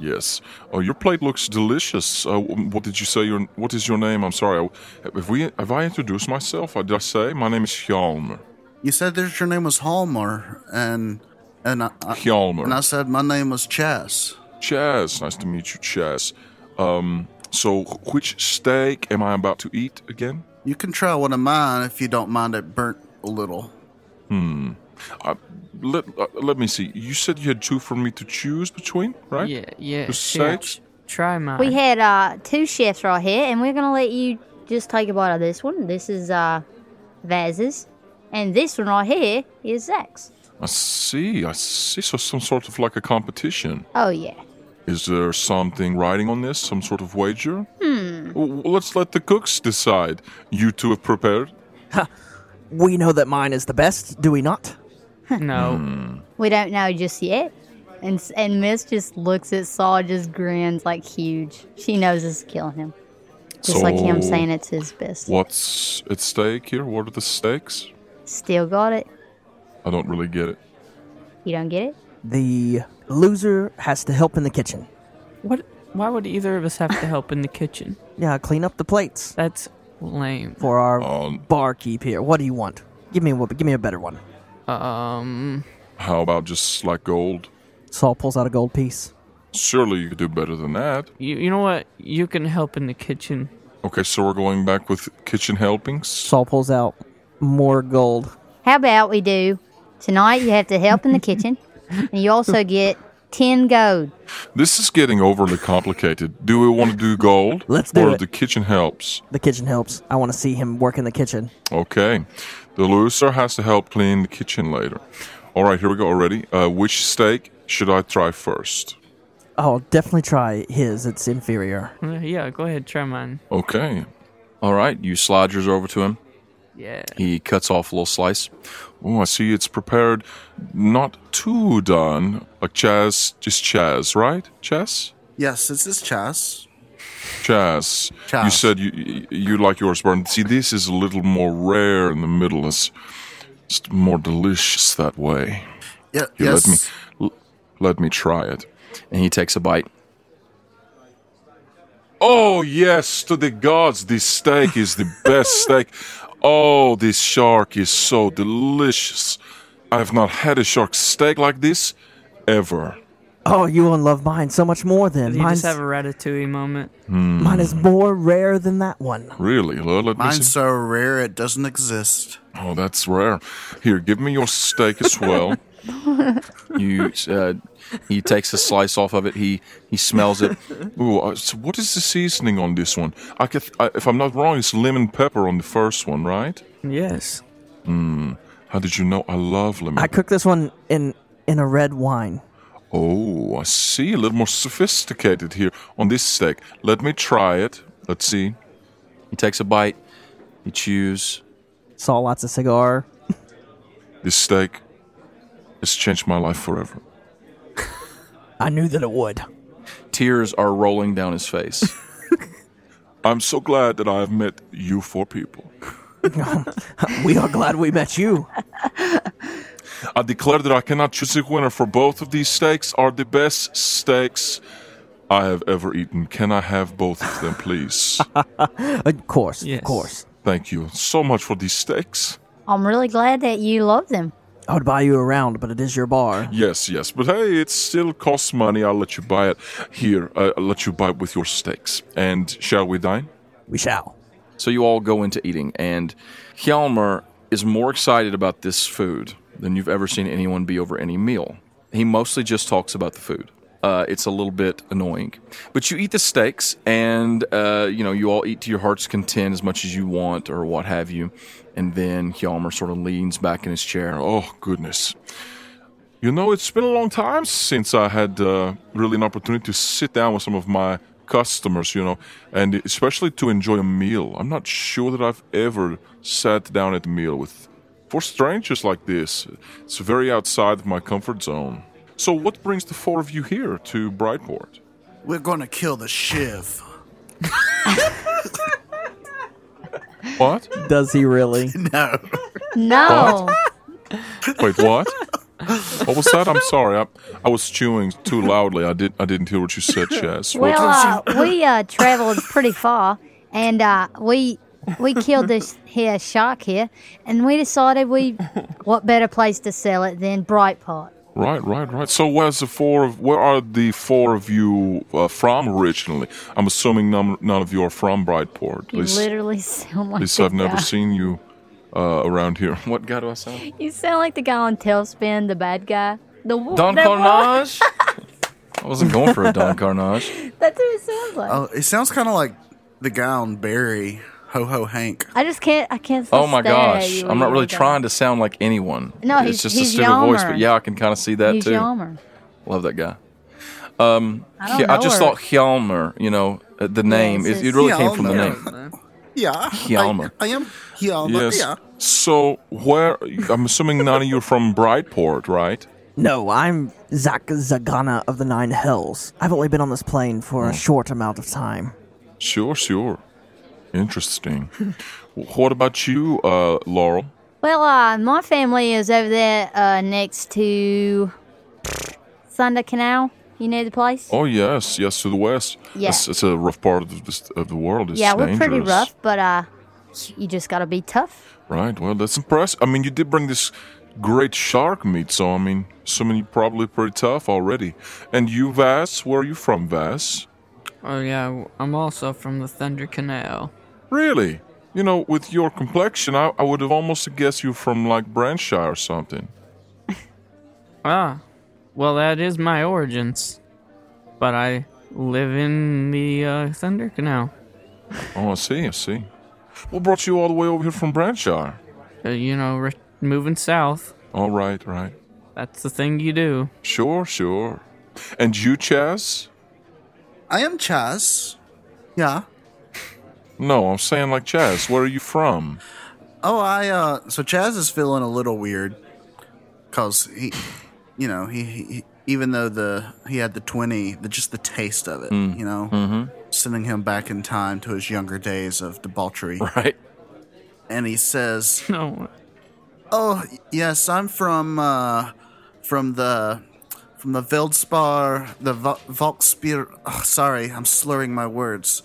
S6: Yes. Oh, your plate looks delicious. Uh, wh- what did you say? Your what is your name? I'm sorry. I, have we? Have I introduced myself? I did I say my name is Hjalmar?
S5: You said that your name was Hallmar, and and I, I,
S6: Hjalmar.
S5: and I said my name was Chas.
S6: Chaz, nice to meet you, Chaz. Um, so wh- which steak am I about to eat again?
S5: You can try one of mine if you don't mind it burnt a little.
S6: Uh, let uh, Let me see. You said you had two for me to choose between, right?
S3: Yeah, yeah.
S6: Just
S3: yeah.
S6: say it.
S3: Try mine.
S4: We had uh, two chefs right here, and we're gonna let you just take a bite of this one. This is uh, Vaz's, and this one right here is Zach's.
S6: I see. I see. So some sort of like a competition.
S4: Oh yeah,
S6: Is there something writing on this? Some sort of wager? Hmm. Let's let the cooks decide. You two have prepared.
S2: We know that mine is the best, do we not?
S3: no.
S4: we don't know just yet. And s- and Miss just looks at Saul, just grins like huge. She knows this is killing him, just like him
S6: So-
S4: saying it's his best.
S6: What's at stake here? What are the stakes?
S4: Still got it.
S6: I don't really get it.
S4: You don't get it.
S2: The loser has to help in the kitchen.
S3: What? Why would either of us have to help in the kitchen?
S2: Yeah, clean up the plates
S3: That's lame.
S2: for our
S6: Um.
S2: barkeep here. What do you want? Give me a give me a better one.
S3: Um.
S6: How about just like gold?
S2: Saul pulls out a gold piece.
S6: Surely you could do better than that.
S3: You, you know what? You can help in the kitchen.
S6: Okay, so we're going back with kitchen helpings.
S2: Saul pulls out more gold.
S4: How about we do tonight? You have to help in the kitchen, and you also get ten gold.
S6: This is getting overly complicated. Do we want to do gold?
S2: Let's do
S6: or
S2: it.
S6: the kitchen helps.
S2: The kitchen helps. I want to see him work in the kitchen.
S6: Okay. The loser has to help clean the kitchen later. All right, here we go already. Uh, which steak should I try first?
S2: I'll Oh, definitely try his. It's inferior.
S3: Uh, Yeah, go ahead. Try mine.
S6: Okay.
S1: All right, you slide yours over to him.
S3: Yeah.
S1: He cuts off a little slice.
S6: Oh, I see it's prepared not too done. Like Chaz, just Chaz, right? Chaz?
S5: Yes, this is Chas.
S6: Chaz.
S5: Chaz.
S6: You said you, you you like yours burned. See, this is a little more rare in the middle. It's, it's more delicious that way.
S5: Yeah,
S6: You
S5: yes.
S6: let me l- let me try it.
S1: And he takes a bite.
S6: Oh yes, to the gods, this steak is the best steak. Oh, this shark is so delicious. I have not had a shark steak like this ever.
S2: Oh, you will love mine so much more then.
S3: Did you
S2: Mine's,
S3: just have a ratatouille moment?
S2: mine is more rare than that one.
S6: Really? Well, let me see.
S5: Mine's so rare it doesn't exist.
S6: Oh, that's rare. Here, give me your steak as well.
S1: You, uh, he takes a slice off of it. He he smells it.
S6: Ooh, uh, so what is the seasoning on this one? I could, I, if I'm not wrong, it's lemon pepper on the first one, right?
S3: Yes.
S6: How did you know? I love lemon.
S2: I cooked this one in in a red wine.
S6: oh, I see. A little more sophisticated here on this steak. Let me try it. Let's see.
S1: He takes a bite. He chews.
S2: Saul lights a cigar.
S6: This steak has changed my life forever.
S2: I knew that it would.
S1: Tears are rolling down his face.
S6: I'm so glad that I have met you four people.
S2: We are glad we met you.
S6: I declare that I cannot choose a winner for both of these steaks are the best steaks I have ever eaten. Can I have both of them, please?
S2: Of course,
S3: Yes.
S2: of course.
S6: Thank you so much for these steaks.
S4: I'm really glad that you love them.
S2: I would buy you a round, but it is your bar.
S6: Yes, yes, but hey, it still costs money. I'll let you buy it here. Uh, I'll let you buy it with your steaks. And shall we dine?
S2: We shall.
S1: So you all go into eating, and Hjalmar is more excited about this food than you've ever seen anyone be over any meal. He mostly just talks about the food. Uh, it's a little bit annoying, but you eat the steaks, and uh, you know you all eat to your heart's content as much as you want, or what have you. And then Hjalmar sort of leans back in his chair.
S6: Oh, goodness. You know, it's been a long time since I had uh, really an opportunity to sit down with some of my customers, you know, and especially to enjoy a meal. I'm not sure that I've ever sat down at a meal with four strangers like this. It's very outside of my comfort zone. So, what brings the four of you here to Brightport?
S5: We're gonna kill the Shiv.
S6: What?
S2: Does he really?
S5: No.
S4: No,
S6: Wait, what? What was that? I'm sorry. I, I was chewing too loudly. I didn't I didn't hear what you said, Chaz. What-
S4: Well, uh, we uh, traveled pretty far, and uh, we we killed this here shark here, and we decided we what better place to sell it than Brightport.
S6: right, right, right. So where's the four of where are the four of you uh, from originally? I'm assuming none, none of you are from Brightport. At
S4: You
S6: least, at
S4: literally sound like
S6: least
S4: the
S6: I've never
S4: guy.
S6: seen you uh, around here.
S1: What guy do I sound? like?
S4: You sound like the guy on Tailspin, the bad guy. The wo-
S1: Don
S4: the wo-
S1: Carnage? I wasn't going for a Don Carnage.
S4: That's what it sounds like.
S5: Oh, it sounds kind of like the guy on Barry, Ho Ho Hank.
S4: I just can't. I can't.
S1: Oh my gosh. I'm not really trying to sound like anyone.
S4: No,
S1: it's
S4: he's-
S1: just
S4: he's
S1: a stupid voice,
S4: Yelmer.
S1: but yeah, I can kind of see that
S4: He's
S1: too.
S4: Yelmer.
S1: Love that guy. Um,
S4: I don't
S1: yeah, I
S4: know
S1: just
S4: her.
S1: thought Hjalmar, you know, uh, the name,
S4: it's
S1: it, it
S4: just-
S1: really came from the
S5: Hjalmar.
S1: name.
S5: Yeah,
S1: Hjalmar.
S5: I, I am Hjalmar.
S6: Yes.
S5: Yeah.
S6: So where I'm assuming none of you are from Brightport, right?
S2: No, I'm Zak Zagana of the Nine Hells. I've only been on this plane for a short amount of time.
S6: Sure, sure. Interesting. what about you, uh, Laurel?
S4: Well, uh, my family is over there uh, next to Thunder Canal. You know the place?
S6: Oh yes, yes to the west.
S4: Yeah.
S6: It's, it's a rough part of the, of the world. It's
S4: yeah, we're pretty
S6: dangerous.
S4: rough, but uh, you just gotta be tough.
S6: Right. Well, that's impressive. I mean, you did bring this great shark meat, so I mean, some of you probably pretty tough already. And you, Vass, where are you from, Vass?
S3: Oh yeah, I'm also from the Thunder Canal.
S6: Really? You know, with your complexion, I, I would have almost guessed you from like Branshire or something.
S3: Ah, well that is my origins, but I live in the uh, Thunder Canal.
S6: Oh, I see. I see. What brought you all the way over here from Branshire?
S3: Uh, you know, re- moving south.
S6: All right, right.
S3: That's the thing you do.
S6: Sure, sure. And you, Chaz?
S5: I am Chaz. Yeah.
S6: No, I'm saying like Chaz. Where are you from?
S5: Oh, I uh so Chaz is feeling a little weird cuz he you know, he, he he- even though the he had the 20, the just the taste of it, you know. Sending him back in time to his younger days of debauchery.
S1: Right?
S5: And he says,
S3: No,
S5: "Oh, yes, I'm from uh from the from the Veldspar, the Vo- Volksbier. Oh, sorry, I'm slurring my words.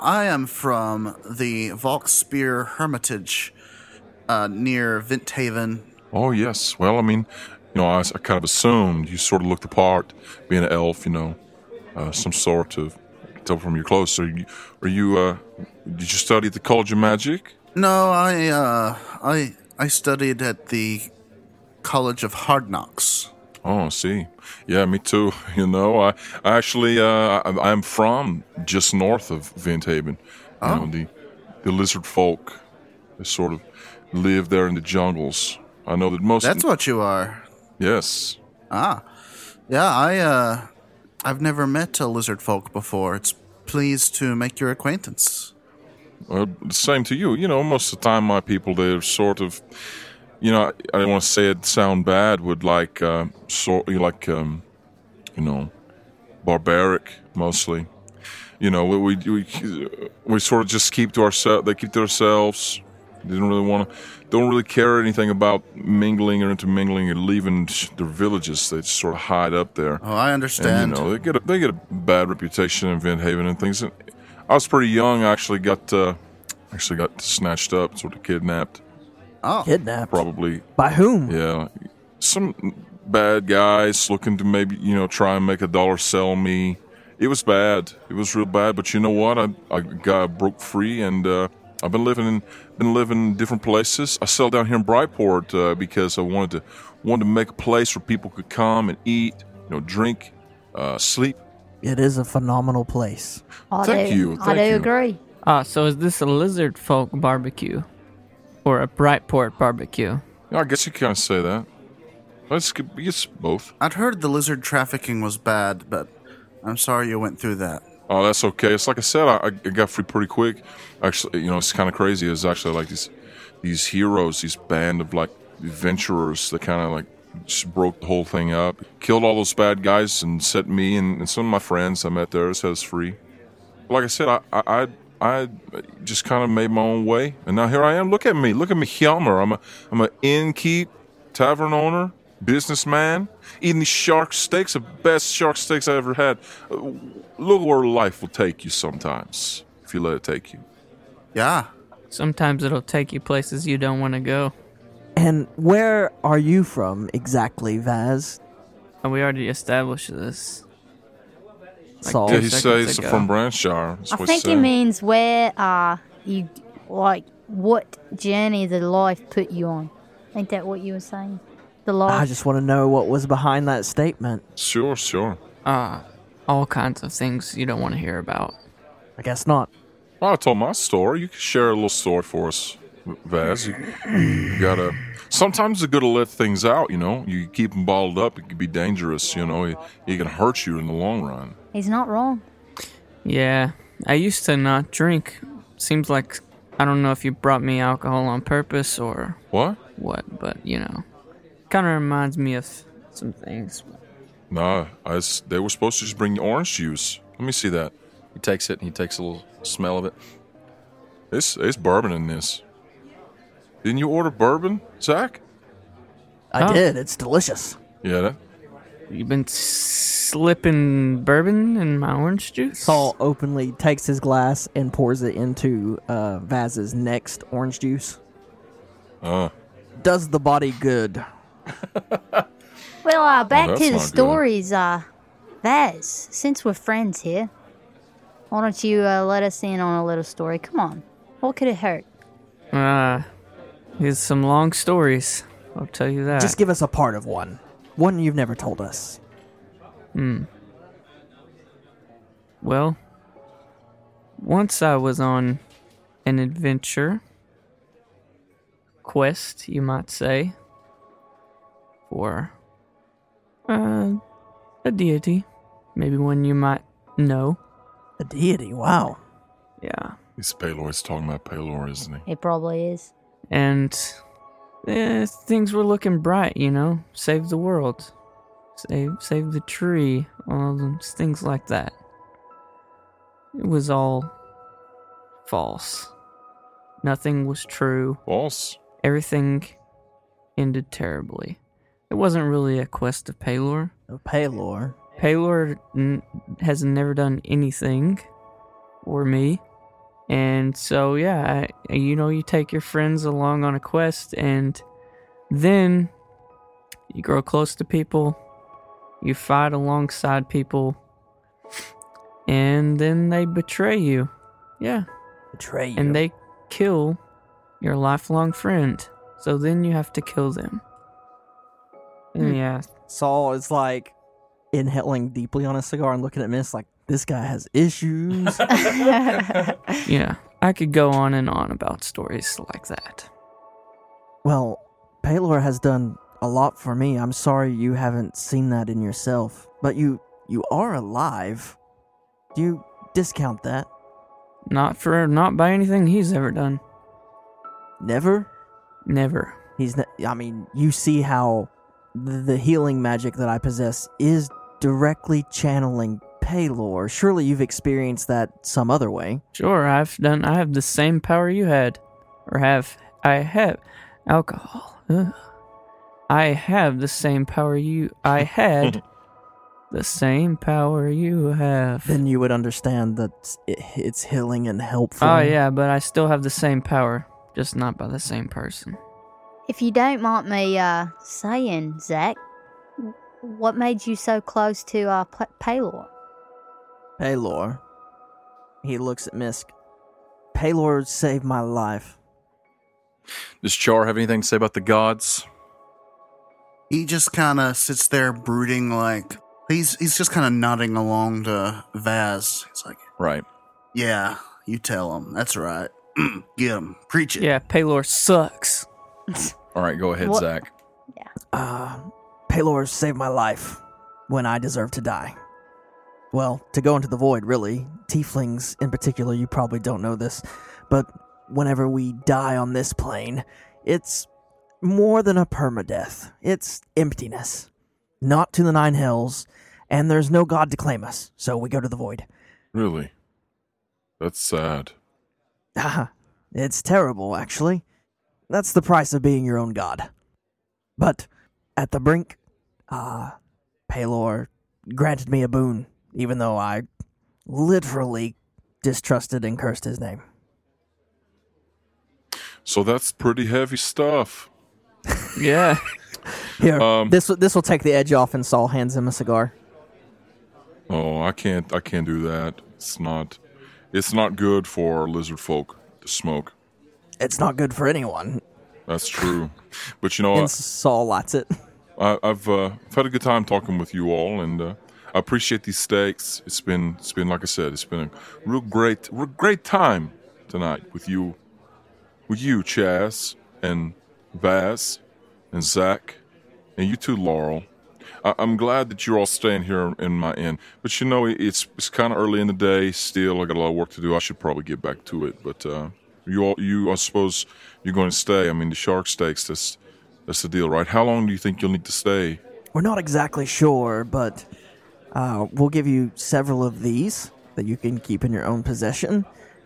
S5: I am from the Volksbier Hermitage uh, near Venthaven.
S6: Oh, yes. Well, I mean, you know, I, I kind of assumed you sort of looked the part, being an elf, you know, uh, some sort of. Tell from your clothes. So, you, are you? uh Did you study at the College of Magic?
S5: No, I uh, I I studied at the College of Hard Knocks.
S6: Oh, I see. Yeah, me too. You know, I I actually uh, I, I'm from just north of Venthaven. You
S5: Oh.
S6: know, the the lizard folk, they sort of live there in the jungles. I know that most.
S5: That's what you are.
S6: yes.
S5: Ah, yeah. I uh, I've never met a lizard folk before. It's pleased to make your acquaintance.
S6: Well, same to you. You know, most of the time, my people they're sort of, you know, I don't want to say it sound bad, would like uh, sort like um, you know, barbaric mostly. You know, we we we, we sort of just keep to ourselves. They keep to themselves. They don't really want to. Don't really care anything about mingling or intermingling or leaving their villages. They just sort of hide up there.
S5: Oh, I
S6: And
S5: understand.
S6: you know they get a, they get a bad reputation in Van Haven and things. And I was pretty young. I actually got uh, actually got snatched up, sort of kidnapped.
S5: oh,
S2: Kidnapped
S6: Probably
S2: by whom?
S6: yeah, some bad guys looking to maybe you know try and make a dollar sell me. It was bad. It was real bad. But you know what? I I got broke free and. Uh, I've been living in been living in different places. I settled down here in Brightport uh, because I wanted to wanted to make a place where people could come and eat, you know, drink, uh, sleep,
S2: It is a phenomenal place.
S4: I
S6: Thank
S4: do,
S6: you,
S4: I
S6: thank
S4: do
S6: you.
S4: agree.
S3: Ah, so is this a lizard folk barbecue? Or a Brightport barbecue?
S6: Yeah, I guess you kind of say that. Let's get it's both.
S5: I'd heard the lizard trafficking was bad, but I'm sorry you went through that.
S6: Oh, that's okay. It's like I said, I, I got free pretty quick. Actually, you know, it's kind of crazy. It's actually like these these heroes, these band of like adventurers that kind of like just broke the whole thing up, killed all those bad guys, and set me and, and some of my friends I met there set us free. Like I said, I I I, I just kind of made my own way, and now here I am. Look at me, look at me, Hjalmar. I'm a I'm an innkeep, tavern owner, businessman, eating shark steaks, the best shark steaks I ever had. Uh, Look where life will take you sometimes if you let it take you.
S5: Yeah.
S3: Sometimes it'll take you places you don't want to go.
S2: And where are you from exactly, Vaz?
S3: And we already established this.
S2: Saul.
S6: yeah,
S3: two
S6: he
S3: seconds
S6: says he's
S3: ago.
S6: from Branshire. That's
S4: I
S6: what
S4: think
S6: he
S4: it
S6: said.
S4: means where uh you like what journey the life put you on. Ain't that what you were saying? The
S2: I
S4: life.
S2: just want to know what was behind that statement.
S6: Sure, sure.
S3: Uh, all kinds of things you don't want to hear about.
S2: I guess not.
S6: Well, I told my story. You can share a little story for us, Vaz. You, you gotta. Sometimes it's good to let things out. You know, you keep them bottled up. It can be dangerous. You know, it, it can hurt you in the long run.
S4: He's not wrong.
S3: Yeah, I used to not drink. Seems like I don't know if you brought me alcohol on purpose or
S6: What?
S3: what, but you know, kind of reminds me of some things.
S6: Nah, I s they were supposed to just bring you orange juice. Let me see that.
S1: He takes it and he takes a little smell of it.
S6: It's it's bourbon in this. Didn't you order bourbon, Zach?
S2: I
S3: Oh.
S2: did. It's delicious.
S6: Yeah, that,
S3: You've been slipping bourbon in my orange juice.
S2: Saul openly takes his glass and pours it into uh, Vaz's next orange juice.
S6: uh,
S2: Does the body good.
S4: Well, uh, back
S6: Oh, that's
S4: to the
S6: not good.
S4: stories. Uh, Vaz, since we're friends here, why don't you uh, let us in on a little story? Come on. What could it hurt?
S3: Uh, it's some long stories. I'll tell you that.
S2: Just give us a part of one. One you've never told us.
S3: Well, once I was on an adventure quest, you might say, for uh, a deity, maybe one you might know.
S2: A deity. Wow.
S3: Yeah,
S6: it's Paylor. He's talking about Paylor, isn't he?
S4: It probably is.
S3: and eh, things were looking bright, you know. Save the world, save save the tree, all those things like that. It was all false. Nothing was true.
S6: False.
S3: Everything ended terribly. It wasn't really a quest of Paylor.
S2: A Paylor.
S3: Paylor n- has never done anything for me. And so, yeah, I, you know, you take your friends along on a quest, and then you grow close to people, you fight alongside people, and then they betray you. Yeah.
S2: Betray you.
S3: And they kill your lifelong friend. So then you have to kill them. And yeah,
S2: Saul is like inhaling deeply on a cigar and looking at Miss like, this guy has issues.
S3: Yeah, I could go on and on about stories like that.
S2: well, Paylor has done a lot for me. I'm sorry you haven't seen that in yourself. But you you are alive. Do you discount that?
S3: Not for not by anything he's ever done.
S2: Never?
S3: Never.
S2: He's ne- I mean, you see how th- the healing magic that I possess is directly channeling Paylor. Surely you've experienced that some other way.
S3: Sure, I've done. I have the same power you had, or have I have alcohol. Ugh. I have the same power you. I had the same power you have.
S2: Then you would understand that it, it's healing and helpful.
S3: Oh yeah, but I still have the same power, just not by the same person.
S4: If you don't mind me uh, saying, Zach, w- what made you so close to uh, P- Paylor?
S2: Paylor. He looks at Misk. Paylor saved my life.
S1: Does Char have anything to say about the gods?
S5: He just kind of sits there brooding, like he's he's just kind of nodding along to Vaz. He's like,
S1: Right.
S5: "Yeah, you tell him. That's right. Get him. Preach it."
S3: Yeah, Paylor sucks.
S1: All right, go ahead,
S4: What-
S1: Zach.
S2: Uh, Paylor saved my life when I deserved to die. Well, to go into the void, really. Tieflings in particular, you probably don't know this, but whenever we die on this plane, it's more than a permadeath. It's emptiness. Not to the nine hells, and there's no god to claim us, so we go to the void.
S6: Really? That's sad.
S2: Ah, it's terrible, actually. That's the price of being your own god. But at the brink, uh, Palor granted me a boon, even though I literally distrusted and cursed his name.
S6: So that's pretty heavy stuff.
S3: Yeah.
S2: Here,
S6: Um,
S2: this this will take the edge off, and Saul hands him a cigar.
S6: Oh, I can't. I can't do that. It's not. It's not good for lizard folk to smoke.
S2: It's not good for anyone.
S6: That's true. But you know,
S2: And Saul lights it.
S6: I, I've uh, I've had a good time talking with you all, and uh, I appreciate these steaks. It's been it's been like I said, it's been a real great real great time tonight with you, with you, Chaz and Vaz and Zach, and you too, Laurel. I, I'm glad that you're all staying here in my inn, but you know it, it's it's kind of early in the day still. I got a lot of work to do. I should probably get back to it, but. Uh, you all, you I suppose you're going to stay. I mean, the shark steaks. That's that's the deal, right? How long do you think you'll need to stay?
S2: We're not exactly sure, but uh, we'll give you several of these that you can keep in your own possession,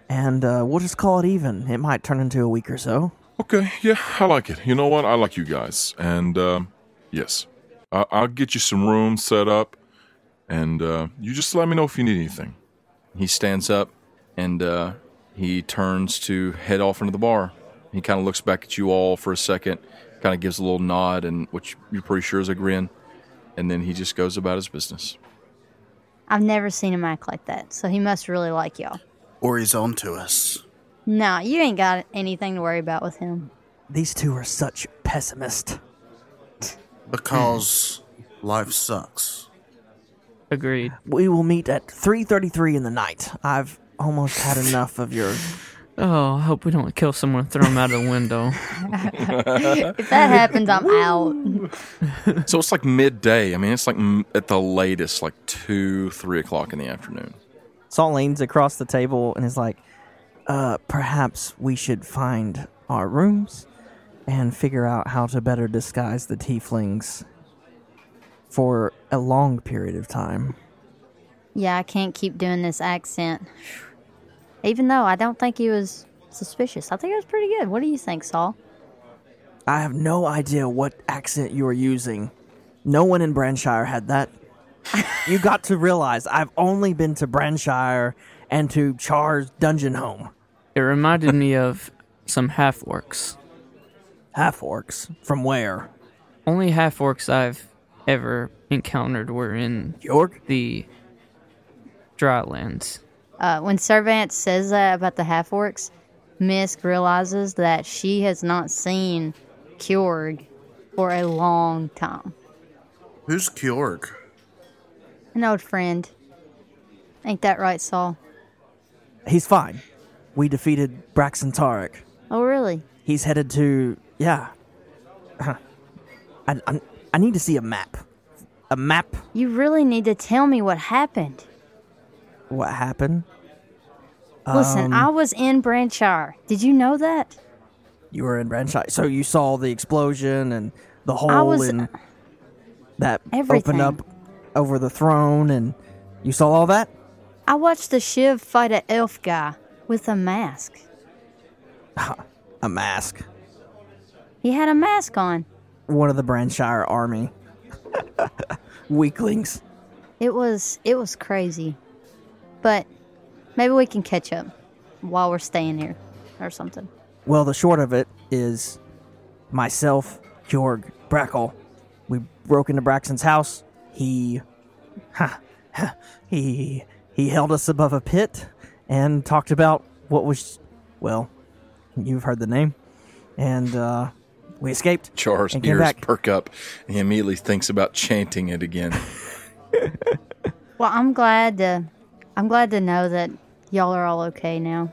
S2: and uh, we'll just call it even. It might turn into a week or so.
S6: Okay, yeah, I like it. You know what? I like you guys, and um, yes, I- I'll get you some room set up, and uh, you just let me know if you need anything.
S1: He stands up and uh, he turns to head off into the bar. He kind of looks back at you all for a second, kind of gives a little nod, and which you're pretty sure is a grin, and then he just goes about his business.
S4: I've never seen him act like that, so he must really like y'all.
S5: Or he's on to us.
S4: No, you ain't got anything to worry about with him.
S2: These two are such pessimists.
S5: Because life sucks.
S3: Agreed.
S2: We will meet at 3:33 in the night. I've almost had enough of your
S3: Oh, I hope we don't kill someone and throw them out of the window.
S4: If that happens, I'm out.
S1: so it's like midday. I mean, it's like m- at the latest, like two, three o'clock in the afternoon.
S2: Saul leans across the table and is like, uh, perhaps we should find our rooms and figure out how to better disguise the tieflings for a long period of time.
S4: Yeah, I can't keep doing this accent. Even though I don't think he was suspicious, I think it was pretty good. What do you think, Saul?
S2: I have no idea what accent you are using. No one in Branshire had that. you got to realize I've only been to Branshire and to Char's dungeon home.
S3: It reminded me of some half orcs.
S2: Half orcs. From where?
S3: Only half orcs I've ever encountered were in
S2: York?
S3: the drylands.
S4: Uh, when Servant says that about the half orcs, Misk realizes that she has not seen Kjorg for a long time.
S5: Who's Kjorg?
S4: An old friend. Ain't that right, Saul?
S2: He's fine. We defeated Braxton Tarek.
S4: Oh, really?
S2: He's headed to yeah. I, I I need to see a map. A map.
S4: You really need to tell me what happened.
S2: What happened?
S4: Listen, I was in Branchire. Did you know that?
S2: You were in Branchai, so you saw the explosion and the
S4: I
S2: hole
S4: was- uh,
S2: and that
S4: Everything.
S2: opened up over the throne, and you saw all that.
S4: I watched the Shiv fight an elf guy with a mask.
S2: A mask.
S4: He had a mask on.
S2: One of the Branshire army. Weaklings.
S4: It was it was crazy. But maybe we can catch up while we're staying here or something.
S2: Well, the short of it is myself, Jorg, Brackle. We broke into Braxton's house. He, ha, ha, he, he held us above a pit and talked about what was, well, you've heard the name, and uh, we escaped.
S1: Char's
S2: and came
S1: ears
S2: back.
S1: perk up. And he immediately thinks about chanting it again.
S4: Well, I'm glad to I'm glad to know that y'all are all okay now.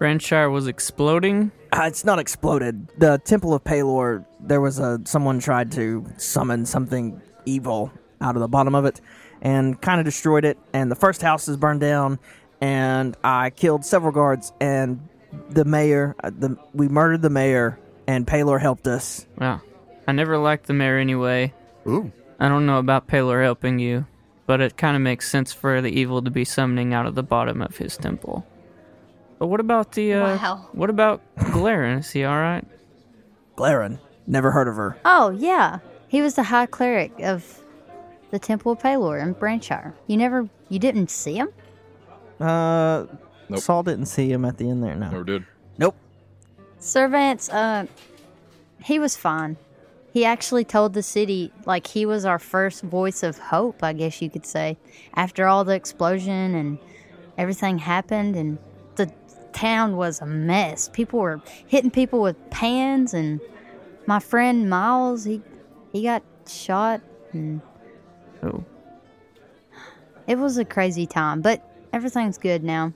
S3: Branchire was exploding.
S2: Uh, it's not exploded. The Temple of Palor. There was a someone tried to summon something evil out of the bottom of it, and kind of destroyed it. And the first house is burned down, and I killed several guards and the mayor. Uh, the we murdered the mayor, and Palor helped us.
S3: Wow. I never liked the mayor anyway.
S5: Ooh.
S3: I don't know about Palor helping you, but it kind of makes sense for the evil to be summoning out of the bottom of his temple. But what about the uh
S4: Wow.
S3: what about Glarin? Is he all right?
S2: Glarin, Never heard of her.
S4: Oh, yeah. He was the high cleric of the Temple of Palor in Branchire. You never, you didn't see him?
S2: Uh,
S1: Nope.
S2: Saul didn't see him at the end there. No.
S1: Never did.
S2: Nope.
S4: Servants, uh, he was fine. He actually told the city, like, he was our first voice of hope, I guess you could say. After all the explosion and everything happened, and the town was a mess. People were hitting people with pans, and my friend Miles, he, he got shot, and
S3: Oh,
S4: it was a crazy time, but everything's good now.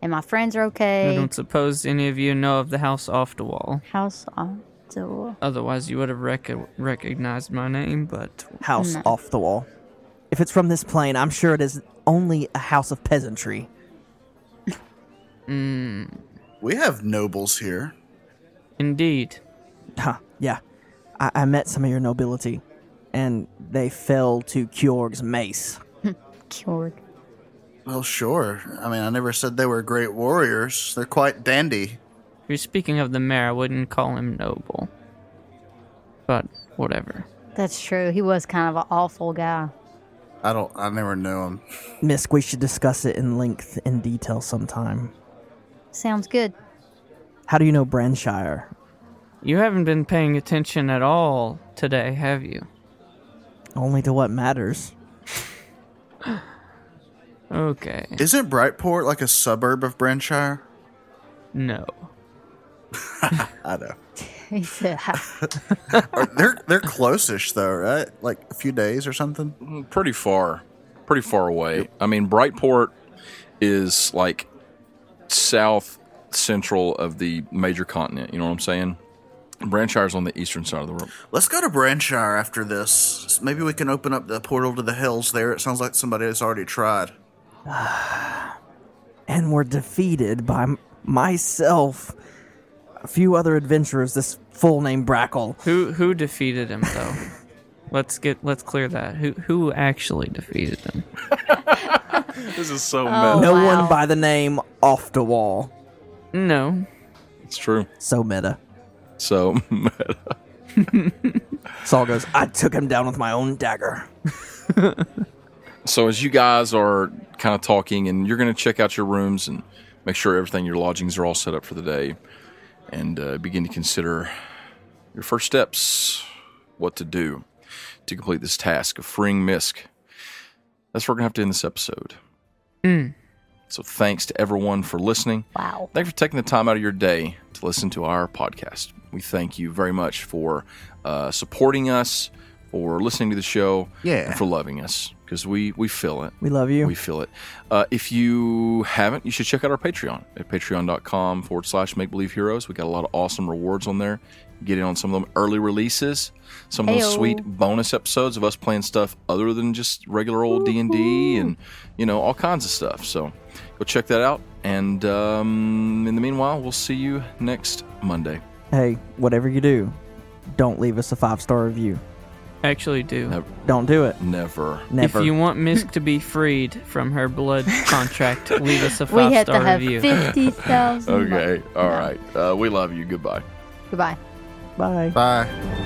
S4: And my friends are
S3: I
S4: okay.
S3: don't suppose any of you know of the house off the wall.
S4: House uh, on the wall.
S3: Otherwise, you would have rec- recognized my name, but
S2: House off the wall. If it's from this plane, I'm sure it is only a house of peasantry.
S5: We have nobles here.
S3: indeed.
S2: Huh, yeah. I, I met some of your nobility, and they fell to Kjorg's mace.
S4: cured.
S5: Well, sure. I mean, I never said they were great warriors. They're quite dandy.
S3: If you're speaking of the mayor, I wouldn't call him noble. But whatever.
S4: That's true. He was kind of an awful guy.
S5: I don't. I never knew them.
S2: Misk, we should discuss it in length and detail sometime.
S4: Sounds good.
S2: How do you know Branshire?
S3: You haven't been paying attention at all today, have you?
S2: Only to what matters.
S3: Okay.
S5: Isn't Brightport like a suburb of Branshire?
S3: No.
S5: I know.
S4: He said, "Ha,
S5: Or they're they're closish though, right? Like a few days or something.
S1: pretty far, pretty far away. I mean, Brightport is like south central of the major continent. You know what I'm saying? Branchire's on the eastern side of the room.
S5: Let's go to Branshire after this. Maybe we can open up the portal to the hills there. It sounds like somebody has already tried.
S2: And were defeated by m- myself, a few other adventurers, this full name Brackle.
S3: Who who defeated him though? let's get let's clear that. Who who actually defeated him?
S1: This is so
S4: meta.
S2: No
S4: Wow.
S2: one by the name Off the Wall.
S3: No.
S1: It's true.
S2: So meta.
S1: So
S2: Saul goes, I took him down with my own dagger.
S1: So as you guys are kind of talking, and you're going to check out your rooms and make sure everything, your lodgings are all set up for the day, and uh, begin to consider your first steps, what to do to complete this task of freeing Misk. That's where we're going to have to end this episode. So thanks to everyone for listening.
S4: wow.
S1: Thanks for taking the time out of your day to listen to our podcast. We thank you very much for uh, supporting us, for listening to the show,
S5: Yeah.
S1: and for loving us because we we feel it.
S2: We love you.
S1: We feel it. Uh, if you haven't, you should check out our Patreon at patreon.com forward slash make believe heroes. We got a lot of awesome rewards on there. Get in on some of them early releases, some of those
S4: Heyo.
S1: sweet bonus episodes of us playing stuff other than just regular old D and D, and you know all kinds of stuff. So go check that out. And um, in the meanwhile, we'll see you next Monday.
S2: hey, whatever you do, don't leave us a five star review.
S3: Actually do.
S1: Never,
S2: Don't do it.
S1: never.
S2: Never.
S3: If you want Misk to be freed from her blood contract, leave us a
S4: We
S3: five
S4: had to
S3: star
S4: have
S3: review.
S4: 50,000.
S1: Okay. All right. Uh, we love you. Goodbye.
S4: Goodbye.
S2: Bye.
S5: Bye.